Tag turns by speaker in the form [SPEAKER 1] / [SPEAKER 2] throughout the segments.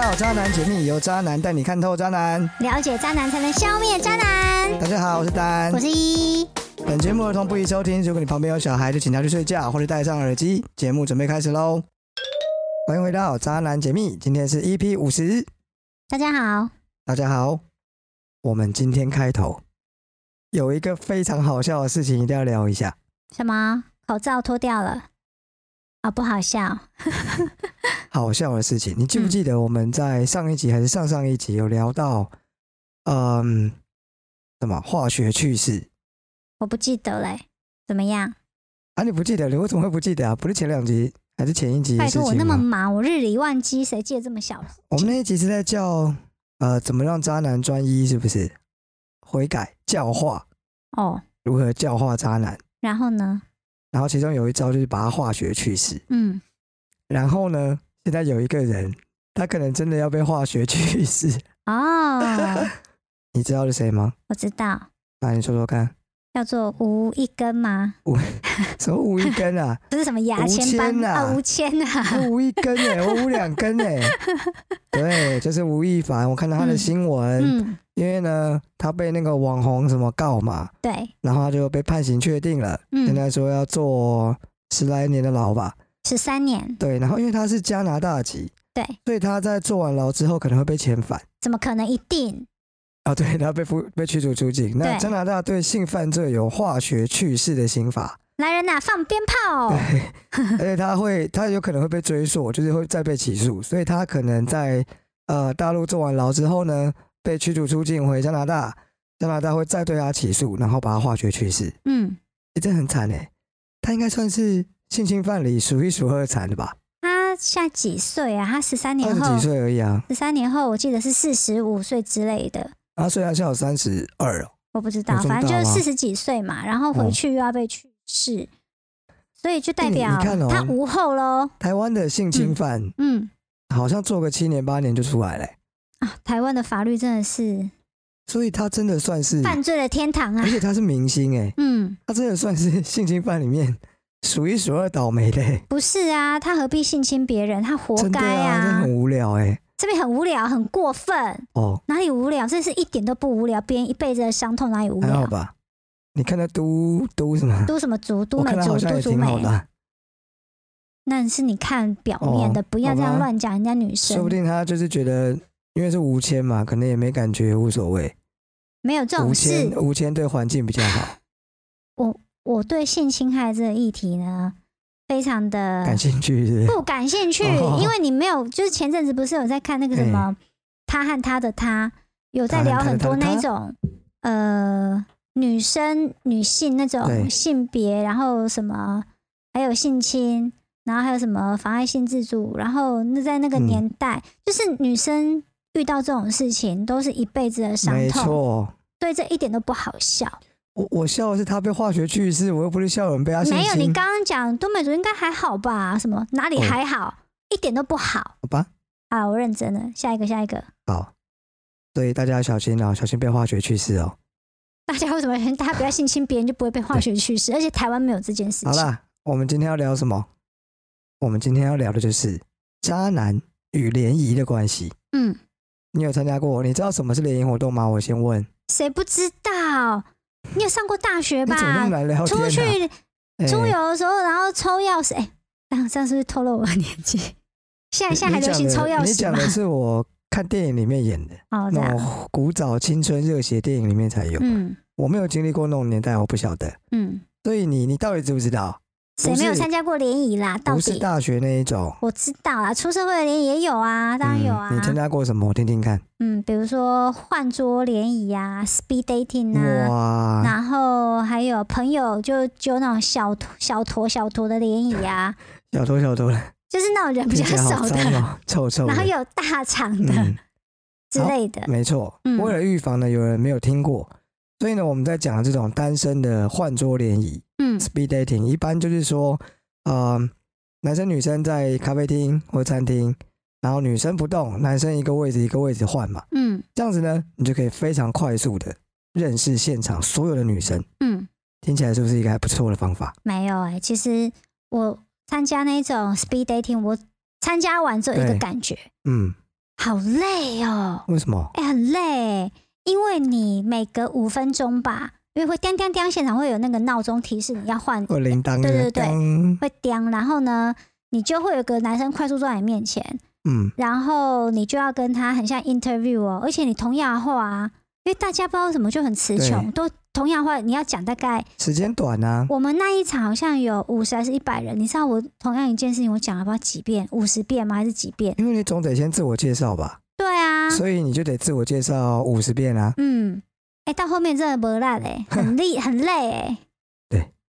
[SPEAKER 1] 好，渣男解密由渣男带你看透渣男。
[SPEAKER 2] 了解渣男才能消灭渣男。
[SPEAKER 1] 大家好，我是丹
[SPEAKER 2] 我。是一，
[SPEAKER 1] 本节目儿童不宜收听，如果你旁边有小孩，就请他去睡觉或者戴上耳机。节目准备开始喽！欢迎回到渣男解密，今天是 EP 五十。
[SPEAKER 2] 大家好，
[SPEAKER 1] 大家好，我们今天开头有一个非常好笑的事情，一定要聊一下。
[SPEAKER 2] 什么口罩脱掉了？啊、不好笑。
[SPEAKER 1] 好笑的事情，你记不记得我们在上一集还是上上一集有聊到，嗯，什么化学趣事？
[SPEAKER 2] 我不记得嘞，怎么样？
[SPEAKER 1] 啊，你不记得？你为什么会不记得啊？不是前两集还是前一集的
[SPEAKER 2] 拜
[SPEAKER 1] 事
[SPEAKER 2] 托，我
[SPEAKER 1] 情
[SPEAKER 2] 那么
[SPEAKER 1] 吗？
[SPEAKER 2] 忙，我日理万机，谁记得这么小？
[SPEAKER 1] 我们那一集是在叫呃，怎么让渣男专一，是不是？悔改教化，
[SPEAKER 2] 哦，
[SPEAKER 1] 如何教化渣男？
[SPEAKER 2] 然后呢？
[SPEAKER 1] 然后其中有一招就是把他化学去世。
[SPEAKER 2] 嗯，
[SPEAKER 1] 然后呢，现在有一个人，他可能真的要被化学去世，
[SPEAKER 2] 哦，
[SPEAKER 1] 你知道是谁吗？
[SPEAKER 2] 我知道，
[SPEAKER 1] 那你说说看，
[SPEAKER 2] 叫做吴一根吗？
[SPEAKER 1] 什么吴一 根啊？
[SPEAKER 2] 不是什么牙签
[SPEAKER 1] 吴
[SPEAKER 2] 般
[SPEAKER 1] 谦啊
[SPEAKER 2] 啊，吴谦啊，
[SPEAKER 1] 我吴一根哎、我吴两根哎、对，就是吴亦凡。我看到他的
[SPEAKER 2] 嗯
[SPEAKER 1] 新闻，
[SPEAKER 2] 嗯，
[SPEAKER 1] 因为呢，他被那个网红什么告嘛，
[SPEAKER 2] 对，
[SPEAKER 1] 然后他就被判刑确定了，现
[SPEAKER 2] 嗯，
[SPEAKER 1] 在说要坐十来年的牢吧。
[SPEAKER 2] 十三年，
[SPEAKER 1] 对，然后因为他是加拿大籍，
[SPEAKER 2] 对，
[SPEAKER 1] 所以他在坐完牢之后可能会被遣返
[SPEAKER 2] 怎么可能一定？
[SPEAKER 1] 啊，对，他被俘被驱逐出境。那
[SPEAKER 2] 对
[SPEAKER 1] 加拿大对性犯罪有化学去世的刑罚，
[SPEAKER 2] 来人呐、放鞭炮！
[SPEAKER 1] 对，而 且他会，他有可能会被追溯，就是会再被起诉，所以他可能在呃大陆坐完牢之后呢，被驱逐出境回加拿大，加拿大会再对他起诉，然后把他化学去世，
[SPEAKER 2] 嗯
[SPEAKER 1] 欸、这很惨哎、他应该算是性侵犯里数一数二惨的吧，，
[SPEAKER 2] 他现在几岁啊？他十三
[SPEAKER 1] 二
[SPEAKER 2] 年
[SPEAKER 1] 十几
[SPEAKER 2] 后，
[SPEAKER 1] 岁而已啊，
[SPEAKER 2] 十三年后我记得是四十五岁之类的，
[SPEAKER 1] 然后虽然现在有三十二哦，哦
[SPEAKER 2] 我不知道，
[SPEAKER 1] 有这么
[SPEAKER 2] 反正就是
[SPEAKER 1] 大吗
[SPEAKER 2] 四十几岁嘛，然后回去又要被去世，所以就代
[SPEAKER 1] 嗯欸你
[SPEAKER 2] 表
[SPEAKER 1] 你看哦
[SPEAKER 2] 他无后喽。
[SPEAKER 1] 台湾的性侵犯、
[SPEAKER 2] 嗯
[SPEAKER 1] 好像做个七年八年就出来了欸、
[SPEAKER 2] 啊，台湾的法律真的是
[SPEAKER 1] 所以他真的算是，
[SPEAKER 2] 犯罪的天堂啊
[SPEAKER 1] 而。且他是明星哎、
[SPEAKER 2] 嗯，
[SPEAKER 1] 他真的算是 性侵犯里面数一数二倒霉的、欸。
[SPEAKER 2] 不是啊，他何必性侵别人？他活
[SPEAKER 1] 真的
[SPEAKER 2] 该
[SPEAKER 1] 啊，这
[SPEAKER 2] 啊！
[SPEAKER 1] 很无聊哎、
[SPEAKER 2] 这边很无聊，很过分，
[SPEAKER 1] 哦，
[SPEAKER 2] 哪里无聊？这是一点都不无聊，别人一辈子的伤痛哪里无
[SPEAKER 1] 还好
[SPEAKER 2] 聊？
[SPEAKER 1] 吧？你看他嘟嘟什么？
[SPEAKER 2] 都什么族？都
[SPEAKER 1] 我
[SPEAKER 2] 美
[SPEAKER 1] 看他
[SPEAKER 2] 族？
[SPEAKER 1] 好像
[SPEAKER 2] 都
[SPEAKER 1] 也
[SPEAKER 2] 族
[SPEAKER 1] 挺好
[SPEAKER 2] 美
[SPEAKER 1] 的？啊，
[SPEAKER 2] 那是你看表面的，
[SPEAKER 1] 哦
[SPEAKER 2] 不要这
[SPEAKER 1] 好
[SPEAKER 2] 样
[SPEAKER 1] 吧
[SPEAKER 2] 乱讲人家女
[SPEAKER 1] 说不
[SPEAKER 2] 生。
[SPEAKER 1] 定他就是觉得，因为是吴谦嘛，可能也没感觉，无所谓。
[SPEAKER 2] 没有这种
[SPEAKER 1] 吴谦，
[SPEAKER 2] 事。
[SPEAKER 1] 吴谦对环境比较好，
[SPEAKER 2] 我对性侵害这个议题呢，非常的
[SPEAKER 1] 感兴趣是不是？
[SPEAKER 2] 嗯不感兴趣，
[SPEAKER 1] 哦
[SPEAKER 2] 因为你没有，就是前阵子不是有在看那个什么《他和他的他》，有在聊很多
[SPEAKER 1] 他
[SPEAKER 2] 那
[SPEAKER 1] 和他的他
[SPEAKER 2] 种呃女生女性那种
[SPEAKER 1] 对
[SPEAKER 2] 性别，然后什么还有性侵，然后还有什么妨碍性自主，然后那在那个
[SPEAKER 1] 嗯
[SPEAKER 2] 年代，就是女生遇到这种事情都是一辈子的伤
[SPEAKER 1] 没
[SPEAKER 2] 痛，
[SPEAKER 1] 错，
[SPEAKER 2] 对，这一点都不好笑。
[SPEAKER 1] 我我笑的是他被化学去世，我又不是笑人被他性
[SPEAKER 2] 没有，你
[SPEAKER 1] 侵，
[SPEAKER 2] 刚刚讲东北族应该还好吧？什么哪里
[SPEAKER 1] 哦
[SPEAKER 2] 还好？一点都不好
[SPEAKER 1] 好吧？
[SPEAKER 2] 啊！我认真了，下一个，下一个。
[SPEAKER 1] 好，所以大家要小心哦，小心被化学去世哦。
[SPEAKER 2] 大家为什么大家不要性侵别人就不会被化学去世？而且台湾没有这件事
[SPEAKER 1] 好
[SPEAKER 2] 情。
[SPEAKER 1] 啦，我们今天要聊什么？我们今天要聊的就是渣男与联谊的关系。
[SPEAKER 2] 嗯，
[SPEAKER 1] 你有参加过？你知道什么是联谊活动吗？我先问。
[SPEAKER 2] 谁不知道？你有上过大学
[SPEAKER 1] 你怎么那么
[SPEAKER 2] 吧？
[SPEAKER 1] 难聊天、啊？
[SPEAKER 2] 出去
[SPEAKER 1] 哎
[SPEAKER 2] 出游的时候，然后抽钥匙，哎、这样这样是不是透露我的年纪？ 现在
[SPEAKER 1] 你
[SPEAKER 2] 现在还流行抽 钥
[SPEAKER 1] 你
[SPEAKER 2] 匙
[SPEAKER 1] 讲
[SPEAKER 2] 吗
[SPEAKER 1] 的？是我看电影里面演的，
[SPEAKER 2] 哦，这
[SPEAKER 1] 那
[SPEAKER 2] 样，
[SPEAKER 1] 种古早青春热血电影里面才有。
[SPEAKER 2] 嗯
[SPEAKER 1] 我没有经历过那种年代，我不晓得。
[SPEAKER 2] 嗯，
[SPEAKER 1] 所以你，你到底知不知道？
[SPEAKER 2] 谁
[SPEAKER 1] 不
[SPEAKER 2] 没有
[SPEAKER 1] 是
[SPEAKER 2] 参加过联谊啦？到
[SPEAKER 1] 不是
[SPEAKER 2] 底
[SPEAKER 1] 大学那一种。
[SPEAKER 2] 我知道啦，出社会的联谊也有啊，当然有啊。
[SPEAKER 1] 嗯。你参加过什么？我听听看。
[SPEAKER 2] 嗯，比如说换桌联谊啊，speed dating 啊，
[SPEAKER 1] 哇，
[SPEAKER 2] 然后还有朋友就揪那种小坨小坨小坨的联谊啊，
[SPEAKER 1] 小偷小偷了，
[SPEAKER 2] 就是那种人比
[SPEAKER 1] 听
[SPEAKER 2] 较
[SPEAKER 1] 起来
[SPEAKER 2] 少
[SPEAKER 1] 好
[SPEAKER 2] 的，
[SPEAKER 1] 脏哦，臭臭的。
[SPEAKER 2] 然后有大场的、
[SPEAKER 1] 嗯，
[SPEAKER 2] 之类的。
[SPEAKER 1] 没错，
[SPEAKER 2] 嗯
[SPEAKER 1] 为了预防呢有人没有听过，所以呢我们在讲这种单身的换桌联谊
[SPEAKER 2] 嗯
[SPEAKER 1] （speed dating），一般就是说，呃，男生女生在咖啡厅或餐厅，然后女生不动，男生一个位置一个位置换嘛，
[SPEAKER 2] 嗯
[SPEAKER 1] 这样子呢，你就可以非常快速的认识现场所有的女生。
[SPEAKER 2] 嗯，
[SPEAKER 1] 听起来是不是一个还不错的方法？
[SPEAKER 2] 没有哎、其实我参加那种 speed dating，我参加完之后有一个
[SPEAKER 1] 对
[SPEAKER 2] 感觉，
[SPEAKER 1] 嗯，
[SPEAKER 2] 好累哦，
[SPEAKER 1] 为什么？
[SPEAKER 2] 哎、很累，因为你每隔五分钟吧，因为会叮叮叮，现场会有那个闹钟提示你要换
[SPEAKER 1] 会有铃铛
[SPEAKER 2] 对对对
[SPEAKER 1] 对，
[SPEAKER 2] 会叮，然后呢，你就会有个男生快速坐在你面前，
[SPEAKER 1] 嗯，
[SPEAKER 2] 然后你就要跟他很像 interview 哦，而且你同样的话啊，因为大家不知道为什么就很词穷，都同样的话你要讲大概，
[SPEAKER 1] 时间短啊，
[SPEAKER 2] 我们那一场好像有五十还是一百人，你知道我同样一件事情我讲了不知道几遍，五十遍吗还是几遍？
[SPEAKER 1] 因为你总得先自我介绍吧，
[SPEAKER 2] 对啊，
[SPEAKER 1] 所以你就得自我介绍五十遍啊。
[SPEAKER 2] 嗯，哎、到后面真的不烂哎，很累很累哎、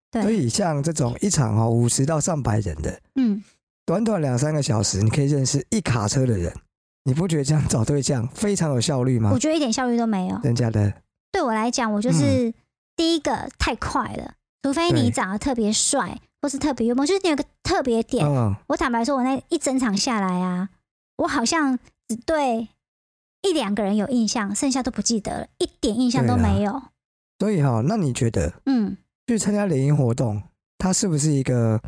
[SPEAKER 2] 对
[SPEAKER 1] 所以像这种一场哦五十到上百人的，
[SPEAKER 2] 嗯，
[SPEAKER 1] 短短两三个小时，你可以认识一卡车的人，你不觉得这样找对象非常有效率吗
[SPEAKER 2] 我？觉得一点效率都没有。
[SPEAKER 1] 人家的
[SPEAKER 2] 对我来讲，我就是、第一个太快了，除非
[SPEAKER 1] 嗯对
[SPEAKER 2] 你长得特别帅或是特别幽默，就是你有个特别点。
[SPEAKER 1] 嗯，
[SPEAKER 2] 我坦白说，我那一整场下来啊，我好像只对一两个人有印象，剩下都不记得了，一点印象都没有。
[SPEAKER 1] 所以哈、那你觉得
[SPEAKER 2] 嗯，
[SPEAKER 1] 去参加联谊活动，它是不是一个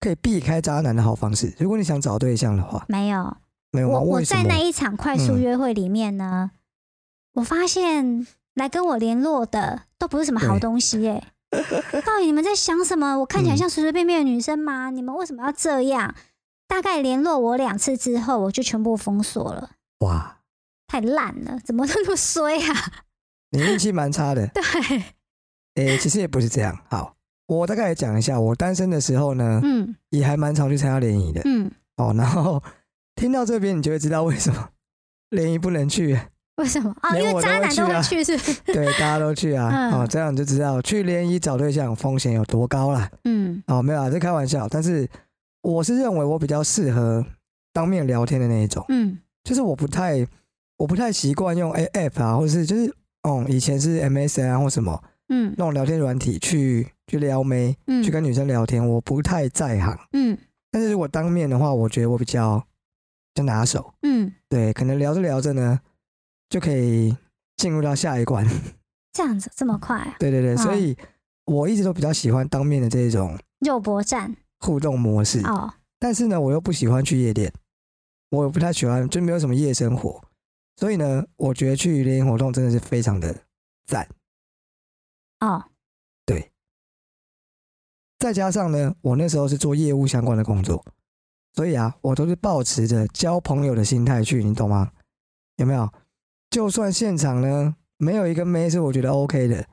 [SPEAKER 1] 可以避开渣男的好方式？如果你想找对象的话，
[SPEAKER 2] 没有。
[SPEAKER 1] 没有吗？
[SPEAKER 2] 我我
[SPEAKER 1] 为什
[SPEAKER 2] 在
[SPEAKER 1] 么
[SPEAKER 2] 那？一场快速
[SPEAKER 1] 嗯
[SPEAKER 2] 约会里面呢，我发现来跟我联络的都不是什么好
[SPEAKER 1] 对
[SPEAKER 2] 东西耶、到底你们在想什么？我看起来
[SPEAKER 1] 嗯
[SPEAKER 2] 像随随便便的女生吗？你们为什么要这样？大概联络我两次之后，我就全部封锁了，
[SPEAKER 1] 哇，
[SPEAKER 2] 太烂了，怎么都那么衰啊？
[SPEAKER 1] 你运气蛮差的。
[SPEAKER 2] 对，
[SPEAKER 1] 诶、其实也不是这样。好，我大概也讲一下，我单身的时候呢，
[SPEAKER 2] 嗯
[SPEAKER 1] 也还蛮常去参加联谊的。
[SPEAKER 2] 嗯，
[SPEAKER 1] 哦，然后听到这边，你就会知道为什 么联谊不能去。
[SPEAKER 2] 为什么啊？因
[SPEAKER 1] 连
[SPEAKER 2] 为
[SPEAKER 1] 我都
[SPEAKER 2] 渣
[SPEAKER 1] 会
[SPEAKER 2] 男
[SPEAKER 1] 去
[SPEAKER 2] 都会
[SPEAKER 1] 啊
[SPEAKER 2] 去，是不是？
[SPEAKER 1] 对，大家都去啊。
[SPEAKER 2] 嗯
[SPEAKER 1] 哦，这样你就知道去联谊找对象风险有多高啦。
[SPEAKER 2] 嗯
[SPEAKER 1] 哦，没有啊，这开玩笑。但是我是认为我比较适合当面聊天的那一种，
[SPEAKER 2] 嗯
[SPEAKER 1] 就是我不太我不太习惯用 A app 啊，或是就是嗯，以前是 MSN 啊或什么
[SPEAKER 2] 嗯
[SPEAKER 1] 那种聊天软体去去撩妹，
[SPEAKER 2] 嗯
[SPEAKER 1] 去跟女生聊天，我不太在行。
[SPEAKER 2] 嗯
[SPEAKER 1] 但是如果当面的话，我觉得我比较比较拿手，
[SPEAKER 2] 嗯，
[SPEAKER 1] 对，可能聊着聊着呢，就可以进入到下一关。
[SPEAKER 2] 这样子这么快啊，
[SPEAKER 1] 对对对，
[SPEAKER 2] 嗯
[SPEAKER 1] 所以我一直都比较喜欢当面的这种
[SPEAKER 2] 肉搏战
[SPEAKER 1] 互动模式，
[SPEAKER 2] 哦，
[SPEAKER 1] 但是呢，我又不喜欢去夜店，我也不太喜欢，就没有什么夜生活，所以呢，我觉得去联谊活动真的是非常的赞。
[SPEAKER 2] 哦，
[SPEAKER 1] 再加上呢，我那时候是做业务相关的工作，所以啊，我都是抱持着交朋友的心态去，你懂吗？有没有？就算现场呢没有一个妹是我觉得 OK 的，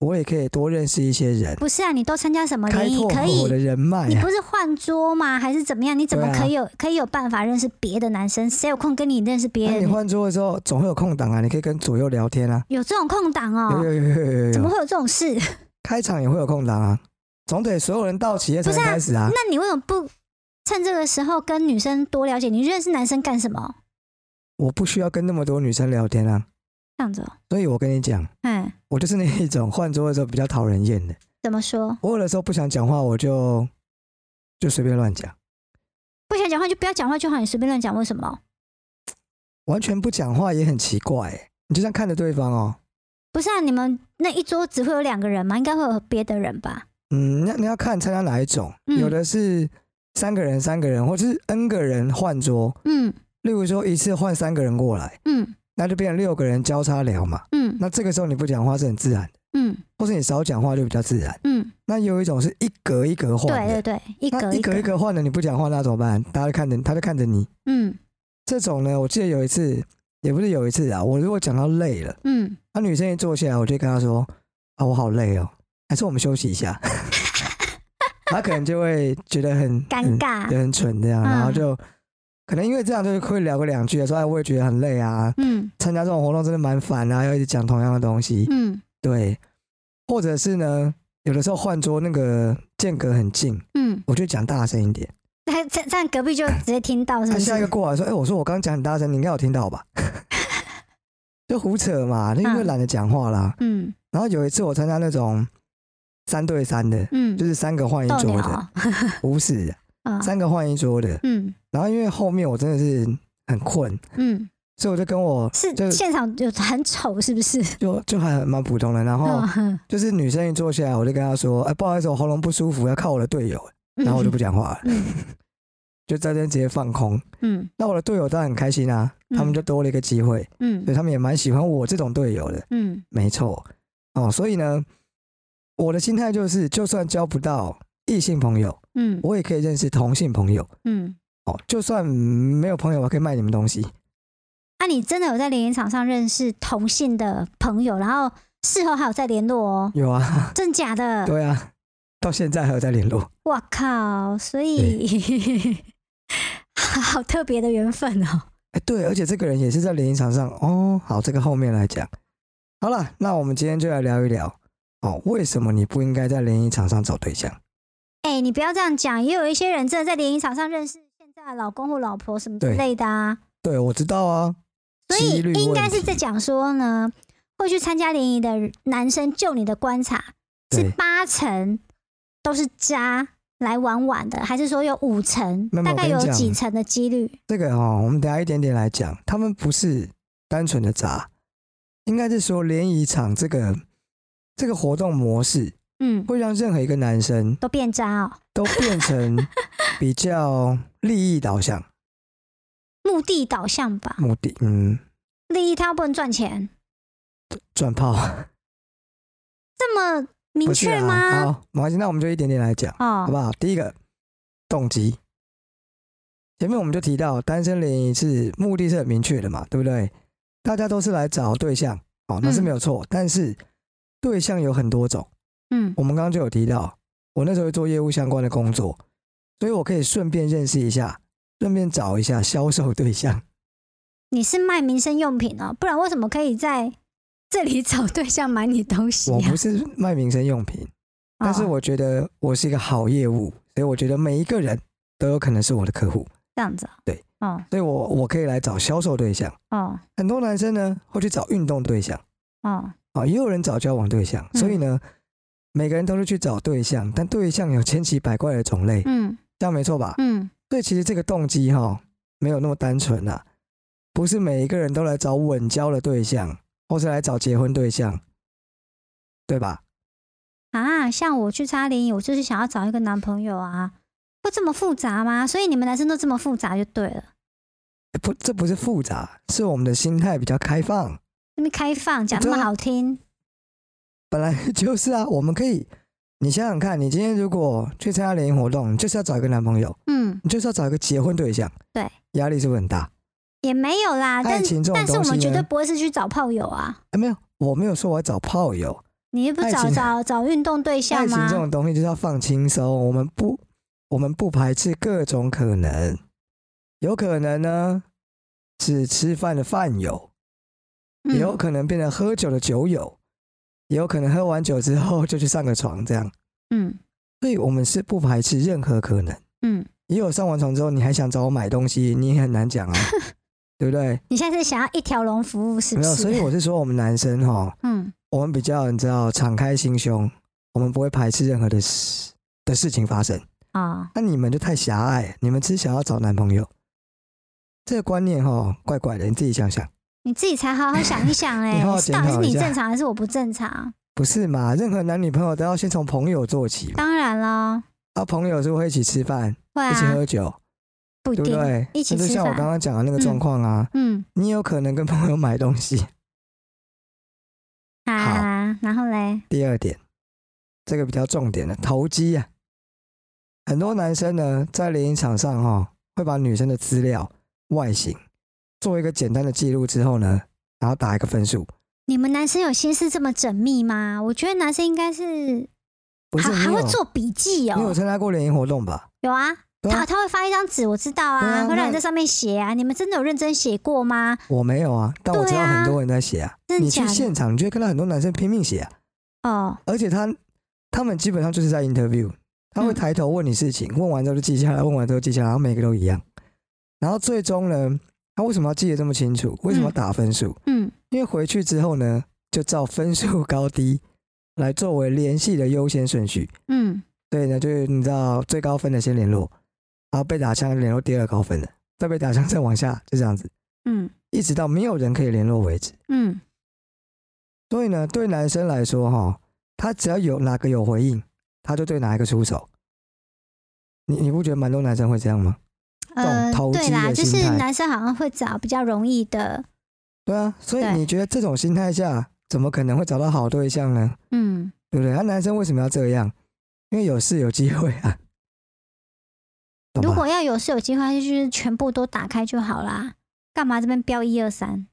[SPEAKER 1] 我也可以多认识一些人，
[SPEAKER 2] 不是啊，你都参加什么
[SPEAKER 1] 开
[SPEAKER 2] 联谊？
[SPEAKER 1] 拓
[SPEAKER 2] 可以
[SPEAKER 1] 我的人脉
[SPEAKER 2] 你
[SPEAKER 1] 啊
[SPEAKER 2] 不。是换桌吗？还是怎么样？你怎么
[SPEAKER 1] 对啊
[SPEAKER 2] 可以有、可以有办法认识别的男生？谁有空跟你认识别
[SPEAKER 1] 那哎你
[SPEAKER 2] 人？
[SPEAKER 1] 换桌的时候总会有空档啊，你可以跟左右聊天啊。
[SPEAKER 2] 有这种空档
[SPEAKER 1] 有啊
[SPEAKER 2] 哦、
[SPEAKER 1] 有有有有有
[SPEAKER 2] 怎么
[SPEAKER 1] 有，
[SPEAKER 2] 会有这种事？
[SPEAKER 1] 开场也会有空档啊，总得所有人到齐了才
[SPEAKER 2] 不是
[SPEAKER 1] 能
[SPEAKER 2] 啊
[SPEAKER 1] 开始啊。
[SPEAKER 2] 那你为什么不趁这个时候跟女生多了解？你认识男生干什么？
[SPEAKER 1] 我不需要跟那么多女生聊天啊，
[SPEAKER 2] 这样子、哦，
[SPEAKER 1] 所以我跟你讲，
[SPEAKER 2] 嗯，
[SPEAKER 1] 我就是那一种换桌的时候比较讨人厌的。
[SPEAKER 2] 怎么说？
[SPEAKER 1] 我有的时候不想讲话，我就就随便乱讲，
[SPEAKER 2] 不想讲话就不要讲话就好，你随便乱讲，为什么？
[SPEAKER 1] 完全不讲话也很奇怪、欸。你就像看着对方哦，
[SPEAKER 2] 不是啊，你们那一桌只会有两个人吗？应该会有别的人吧？
[SPEAKER 1] 嗯，那你要看参加哪一种，
[SPEAKER 2] 嗯
[SPEAKER 1] 有的是三个人、三个人，或者是 N 个人换桌。
[SPEAKER 2] 嗯
[SPEAKER 1] 例如说一次换三个人过来，
[SPEAKER 2] 嗯
[SPEAKER 1] 那就变成六个人交叉聊嘛。
[SPEAKER 2] 嗯
[SPEAKER 1] 那这个时候你不讲话是很自然的，
[SPEAKER 2] 嗯
[SPEAKER 1] 或是你少讲话就比较自然。
[SPEAKER 2] 嗯，
[SPEAKER 1] 那有一种是一格一格换的，
[SPEAKER 2] 对对对，一
[SPEAKER 1] 那
[SPEAKER 2] 格
[SPEAKER 1] 一格一
[SPEAKER 2] 格，
[SPEAKER 1] 格换的你不讲话那怎么办？大家就看着他就看着你。
[SPEAKER 2] 嗯
[SPEAKER 1] 这种呢，我记得有一次，也不是有一次啊，我如果讲到累了。
[SPEAKER 2] 嗯，
[SPEAKER 1] 那、女生一坐下来，我就跟她说：“啊，我好累哦，还是我们休息一 下。”她可能就会觉得很
[SPEAKER 2] 尴，尬
[SPEAKER 1] 很对，，很蠢这样，
[SPEAKER 2] 嗯
[SPEAKER 1] 然后就、可能因为这样就会聊个两句，说：“哎，我也觉得很累啊，
[SPEAKER 2] 嗯
[SPEAKER 1] 参加这种活动真的蛮烦啊，要一直讲同样的东西。
[SPEAKER 2] 嗯
[SPEAKER 1] 对，或者是呢，有的时候换桌那个间隔很近，
[SPEAKER 2] 嗯。
[SPEAKER 1] 我就讲大声一点。
[SPEAKER 2] 那这这样隔壁就直接听到，是
[SPEAKER 1] 他、
[SPEAKER 2] 不
[SPEAKER 1] 下一个
[SPEAKER 2] 嗯是？
[SPEAKER 1] 过来说：“哎、我说我刚刚讲很大声，你应该有听到吧？” 就胡扯嘛，因为
[SPEAKER 2] 嗯
[SPEAKER 1] 懒得讲话啦。
[SPEAKER 2] 嗯
[SPEAKER 1] 然后有一次我参加那种三对三的，
[SPEAKER 2] 嗯
[SPEAKER 1] 就，是三个换一
[SPEAKER 2] 斗
[SPEAKER 1] 桌
[SPEAKER 2] 鸟
[SPEAKER 1] 的，
[SPEAKER 2] 啊
[SPEAKER 1] 不是，三个换一桌的。
[SPEAKER 2] 嗯
[SPEAKER 1] 然后因为后面我真的是很困，
[SPEAKER 2] 嗯，
[SPEAKER 1] 所以我就跟我就是
[SPEAKER 2] 现场有很丑，是不是？
[SPEAKER 1] 就就还蛮普通的。然后
[SPEAKER 2] 嗯
[SPEAKER 1] 就是女生一坐下来，我就跟她说：“哎，不好意思，我喉咙不舒服，要靠我的队友。”然后我就不讲话了。
[SPEAKER 2] 嗯
[SPEAKER 1] 就在这边直接放空。
[SPEAKER 2] 嗯
[SPEAKER 1] 那我的队友当然很开心啊，他们就多了一个机会，
[SPEAKER 2] 嗯
[SPEAKER 1] 所以他们也蛮喜欢我这种队友的。
[SPEAKER 2] 嗯
[SPEAKER 1] 没错，哦，所以呢，我的心态就是，就算交不到异性朋友，
[SPEAKER 2] 嗯
[SPEAKER 1] 我也可以认识同性朋友。
[SPEAKER 2] 嗯。
[SPEAKER 1] 哦，就算没有朋友，我还可以卖你们东西。
[SPEAKER 2] 啊，你真的有在联谊场上认识同性的朋友，然后事后还有在联络哦？
[SPEAKER 1] 有啊，
[SPEAKER 2] 真假的？
[SPEAKER 1] 对啊，到现在还有在联络。
[SPEAKER 2] 哇靠！所以好特别的缘分哦。
[SPEAKER 1] 哎，对，而且这个人也是在联谊场上哦。好，这个后面来讲。好了，那我们今天就来聊一聊哦，为什么你不应该在联谊场上找对象？
[SPEAKER 2] 哎、你不要这样讲，也有一些人真的在联谊场上认识现在的老公或老婆什么之
[SPEAKER 1] 对
[SPEAKER 2] 类的啊。
[SPEAKER 1] 对，我知道啊，
[SPEAKER 2] 所以
[SPEAKER 1] 几率
[SPEAKER 2] 应
[SPEAKER 1] 问
[SPEAKER 2] 该是
[SPEAKER 1] 题
[SPEAKER 2] 在讲说呢，会去参加联谊的男生，就你的观察，是
[SPEAKER 1] 对
[SPEAKER 2] 八成都是渣来玩玩的，还是说有五成
[SPEAKER 1] 没有？没
[SPEAKER 2] 大
[SPEAKER 1] 有
[SPEAKER 2] 概
[SPEAKER 1] 我
[SPEAKER 2] 有
[SPEAKER 1] 跟你讲
[SPEAKER 2] 几成的几率？
[SPEAKER 1] 这个哦，我们等一下一点点来讲。他们不是单纯的砸，应该是说联谊场这个这个活动模式
[SPEAKER 2] 嗯，
[SPEAKER 1] 会让任何一个男生
[SPEAKER 2] 都变渣哦。
[SPEAKER 1] 都变 成比较利益导向
[SPEAKER 2] 目的导向吧，
[SPEAKER 1] 目的，嗯，
[SPEAKER 2] 利益他又不能赚钱，
[SPEAKER 1] 赚炮
[SPEAKER 2] 这么明
[SPEAKER 1] 不是
[SPEAKER 2] 确
[SPEAKER 1] 啊？
[SPEAKER 2] 吗？
[SPEAKER 1] 好，没关系，那我们就一点点来讲。好不
[SPEAKER 2] 哦，
[SPEAKER 1] 好？第一个动机，前面我们就提到单身联谊是目的是很明确的嘛，对不对？大家都是来找对象，哦，那是
[SPEAKER 2] 嗯
[SPEAKER 1] 没有错。但是对象有很多种，
[SPEAKER 2] 嗯
[SPEAKER 1] 我们刚刚就有提到，我那时候会做业务相关的工作，所以我可以顺便认识一下，顺便找一下销售对 象。
[SPEAKER 2] 你是卖民生用品哦，不然为什么可以在这里找对象买你东西啊哦
[SPEAKER 1] 我
[SPEAKER 2] 呀、
[SPEAKER 1] 不是卖民生用品，
[SPEAKER 2] 啊？
[SPEAKER 1] 但是我觉得我是一个好业务，所以我觉得每一个人都有可能是我的客户，
[SPEAKER 2] 这样子、哦，
[SPEAKER 1] 对，
[SPEAKER 2] 哦
[SPEAKER 1] 所以我我可以来找销售对象。
[SPEAKER 2] 哦
[SPEAKER 1] 很多男生呢会去找运动对象
[SPEAKER 2] 哦，
[SPEAKER 1] 啊、也有人找交往对象，
[SPEAKER 2] 嗯
[SPEAKER 1] 所以呢，每个人都是去找对象，但对象有千奇百怪的种类，
[SPEAKER 2] 嗯
[SPEAKER 1] 这样没错吧？
[SPEAKER 2] 嗯
[SPEAKER 1] 所以其实这个动机哈、没有那么单纯啦、不是每一个人都来找稳交的对象，或是来找结婚对象，对吧？
[SPEAKER 2] 啊，像我去插联谊，我就是想要找一个男朋友啊，会这么复杂吗？所以你们男生都这么复杂就对了，
[SPEAKER 1] 不，这不是复杂，是我们的心态比较开放。
[SPEAKER 2] 那么开放讲那
[SPEAKER 1] 对啊
[SPEAKER 2] 么好听，
[SPEAKER 1] 本来 就是啊，我们可以，你想想看，你今天如果去参加联谊活动，你就是要找一个男朋友，
[SPEAKER 2] 嗯，
[SPEAKER 1] 你就是要找一个结婚对象，
[SPEAKER 2] 对，
[SPEAKER 1] 压力是不是很大？
[SPEAKER 2] 也没有啦，
[SPEAKER 1] 爱
[SPEAKER 2] 但
[SPEAKER 1] 情这种
[SPEAKER 2] 但是我
[SPEAKER 1] 东西
[SPEAKER 2] 们
[SPEAKER 1] 呢，
[SPEAKER 2] 绝对不会是去找炮友啊，
[SPEAKER 1] 哎没有，我没有说我要找炮友。
[SPEAKER 2] 你又不
[SPEAKER 1] 爱
[SPEAKER 2] 找
[SPEAKER 1] 情
[SPEAKER 2] 找找运动对
[SPEAKER 1] 爱
[SPEAKER 2] 象
[SPEAKER 1] 情
[SPEAKER 2] 吗
[SPEAKER 1] 这？种东西就是要放轻松，我们不，我们不排斥各种可能，有可能呢是吃饭的饭友，也有
[SPEAKER 2] 嗯
[SPEAKER 1] 可能变成喝酒的酒友，也有可能喝完酒之后 就去上个床这样，
[SPEAKER 2] 嗯
[SPEAKER 1] 所以我们是不排斥任何可能。
[SPEAKER 2] 嗯，
[SPEAKER 1] 也有上完床之后你还想找我买东西，你也很难 讲啊，对不对？
[SPEAKER 2] 你现在是想要一条龙服务是不
[SPEAKER 1] 没有，所以
[SPEAKER 2] 是？
[SPEAKER 1] 我是说我们男生哈，
[SPEAKER 2] 嗯
[SPEAKER 1] 我们比较你知道敞开心胸，我们不会排斥任何的事的事情发生。
[SPEAKER 2] 啊，
[SPEAKER 1] 那你们就太狭隘，你们只想要找男朋友，这个观念哈怪怪的，你自己想想，
[SPEAKER 2] 你自己才好好想一 想
[SPEAKER 1] 你
[SPEAKER 2] 嘞，
[SPEAKER 1] 好好
[SPEAKER 2] 我是
[SPEAKER 1] 检
[SPEAKER 2] 到底是
[SPEAKER 1] 讨一
[SPEAKER 2] 你
[SPEAKER 1] 下
[SPEAKER 2] 正常还是我不正常？
[SPEAKER 1] 不是嘛？任何男女朋友都要先从朋友做起嘛，
[SPEAKER 2] 当然咯，
[SPEAKER 1] 啊，朋友是会一起吃饭，
[SPEAKER 2] 会
[SPEAKER 1] 一起
[SPEAKER 2] 啊，
[SPEAKER 1] 喝酒，
[SPEAKER 2] 不一
[SPEAKER 1] 对不
[SPEAKER 2] 定，
[SPEAKER 1] 对？
[SPEAKER 2] 一起
[SPEAKER 1] 那就
[SPEAKER 2] 吃
[SPEAKER 1] 像我
[SPEAKER 2] 饭
[SPEAKER 1] 刚刚讲的那个状况啊，
[SPEAKER 2] 嗯
[SPEAKER 1] 你有可能跟朋友买东西。
[SPEAKER 2] 啊，然后嘞，
[SPEAKER 1] 第二点，这个比较重点的投机啊，很多男生呢在联谊场上哈、哦，会把女生的资料、外形做一个简单的记录之后呢，然后打一个分数，
[SPEAKER 2] 你们男生有心思这么缜密吗？我觉得男生应该是
[SPEAKER 1] 不是
[SPEAKER 2] 还啊还
[SPEAKER 1] 你有
[SPEAKER 2] 会做笔记
[SPEAKER 1] 你有
[SPEAKER 2] 哦。
[SPEAKER 1] 参加过联谊活动吧？
[SPEAKER 2] 有啊，
[SPEAKER 1] 对啊
[SPEAKER 2] 他他会发一张纸，我知道
[SPEAKER 1] 对
[SPEAKER 2] 啊，
[SPEAKER 1] 啊
[SPEAKER 2] 会让
[SPEAKER 1] 那
[SPEAKER 2] 你在上面写啊。你们真的有认真写过吗？
[SPEAKER 1] 我没有啊，但我知
[SPEAKER 2] 对
[SPEAKER 1] 道
[SPEAKER 2] 啊
[SPEAKER 1] 很多人在写啊。
[SPEAKER 2] 真的
[SPEAKER 1] 你
[SPEAKER 2] 假
[SPEAKER 1] 去
[SPEAKER 2] 的？
[SPEAKER 1] 现场，你就会看到很多男生拼命写啊，
[SPEAKER 2] 哦，
[SPEAKER 1] 而且他他们基本上就是在 interview，他会
[SPEAKER 2] 嗯
[SPEAKER 1] 抬头问你事情，问完之后就记下来，问完之后记下来，然后每个都一样。然后最终呢，他为什么要记得这么清楚？为什么要
[SPEAKER 2] 嗯
[SPEAKER 1] 打分数？
[SPEAKER 2] 嗯，
[SPEAKER 1] 因为回去之后呢，就照分数高低来作为联系的优先顺序。
[SPEAKER 2] 嗯，
[SPEAKER 1] 所以呢，就是你知道最高分的先联络，然后被打枪联络第二高分的，再被打枪再往下，就这样子，
[SPEAKER 2] 嗯，
[SPEAKER 1] 一直到没有人可以联络为止。
[SPEAKER 2] 嗯，
[SPEAKER 1] 所以呢，对男生来说，哈，他只要有哪个有回应，他就对哪一个出手。你你不觉得蛮多男生会这样吗？这种
[SPEAKER 2] 呃
[SPEAKER 1] 投，机
[SPEAKER 2] 对啦，
[SPEAKER 1] 的
[SPEAKER 2] 就是
[SPEAKER 1] 心态
[SPEAKER 2] 男生好像会找比较容易的，
[SPEAKER 1] 对啊，所以
[SPEAKER 2] 对
[SPEAKER 1] 你觉得这种心态下，怎么可能会找到好对象呢？
[SPEAKER 2] 嗯，
[SPEAKER 1] 对不对？啊那男生为什么要这样？因为有事有机会啊。懂吧
[SPEAKER 2] 如果要有是有计划，就是全部都打开就好啦，干嘛这边标一二三？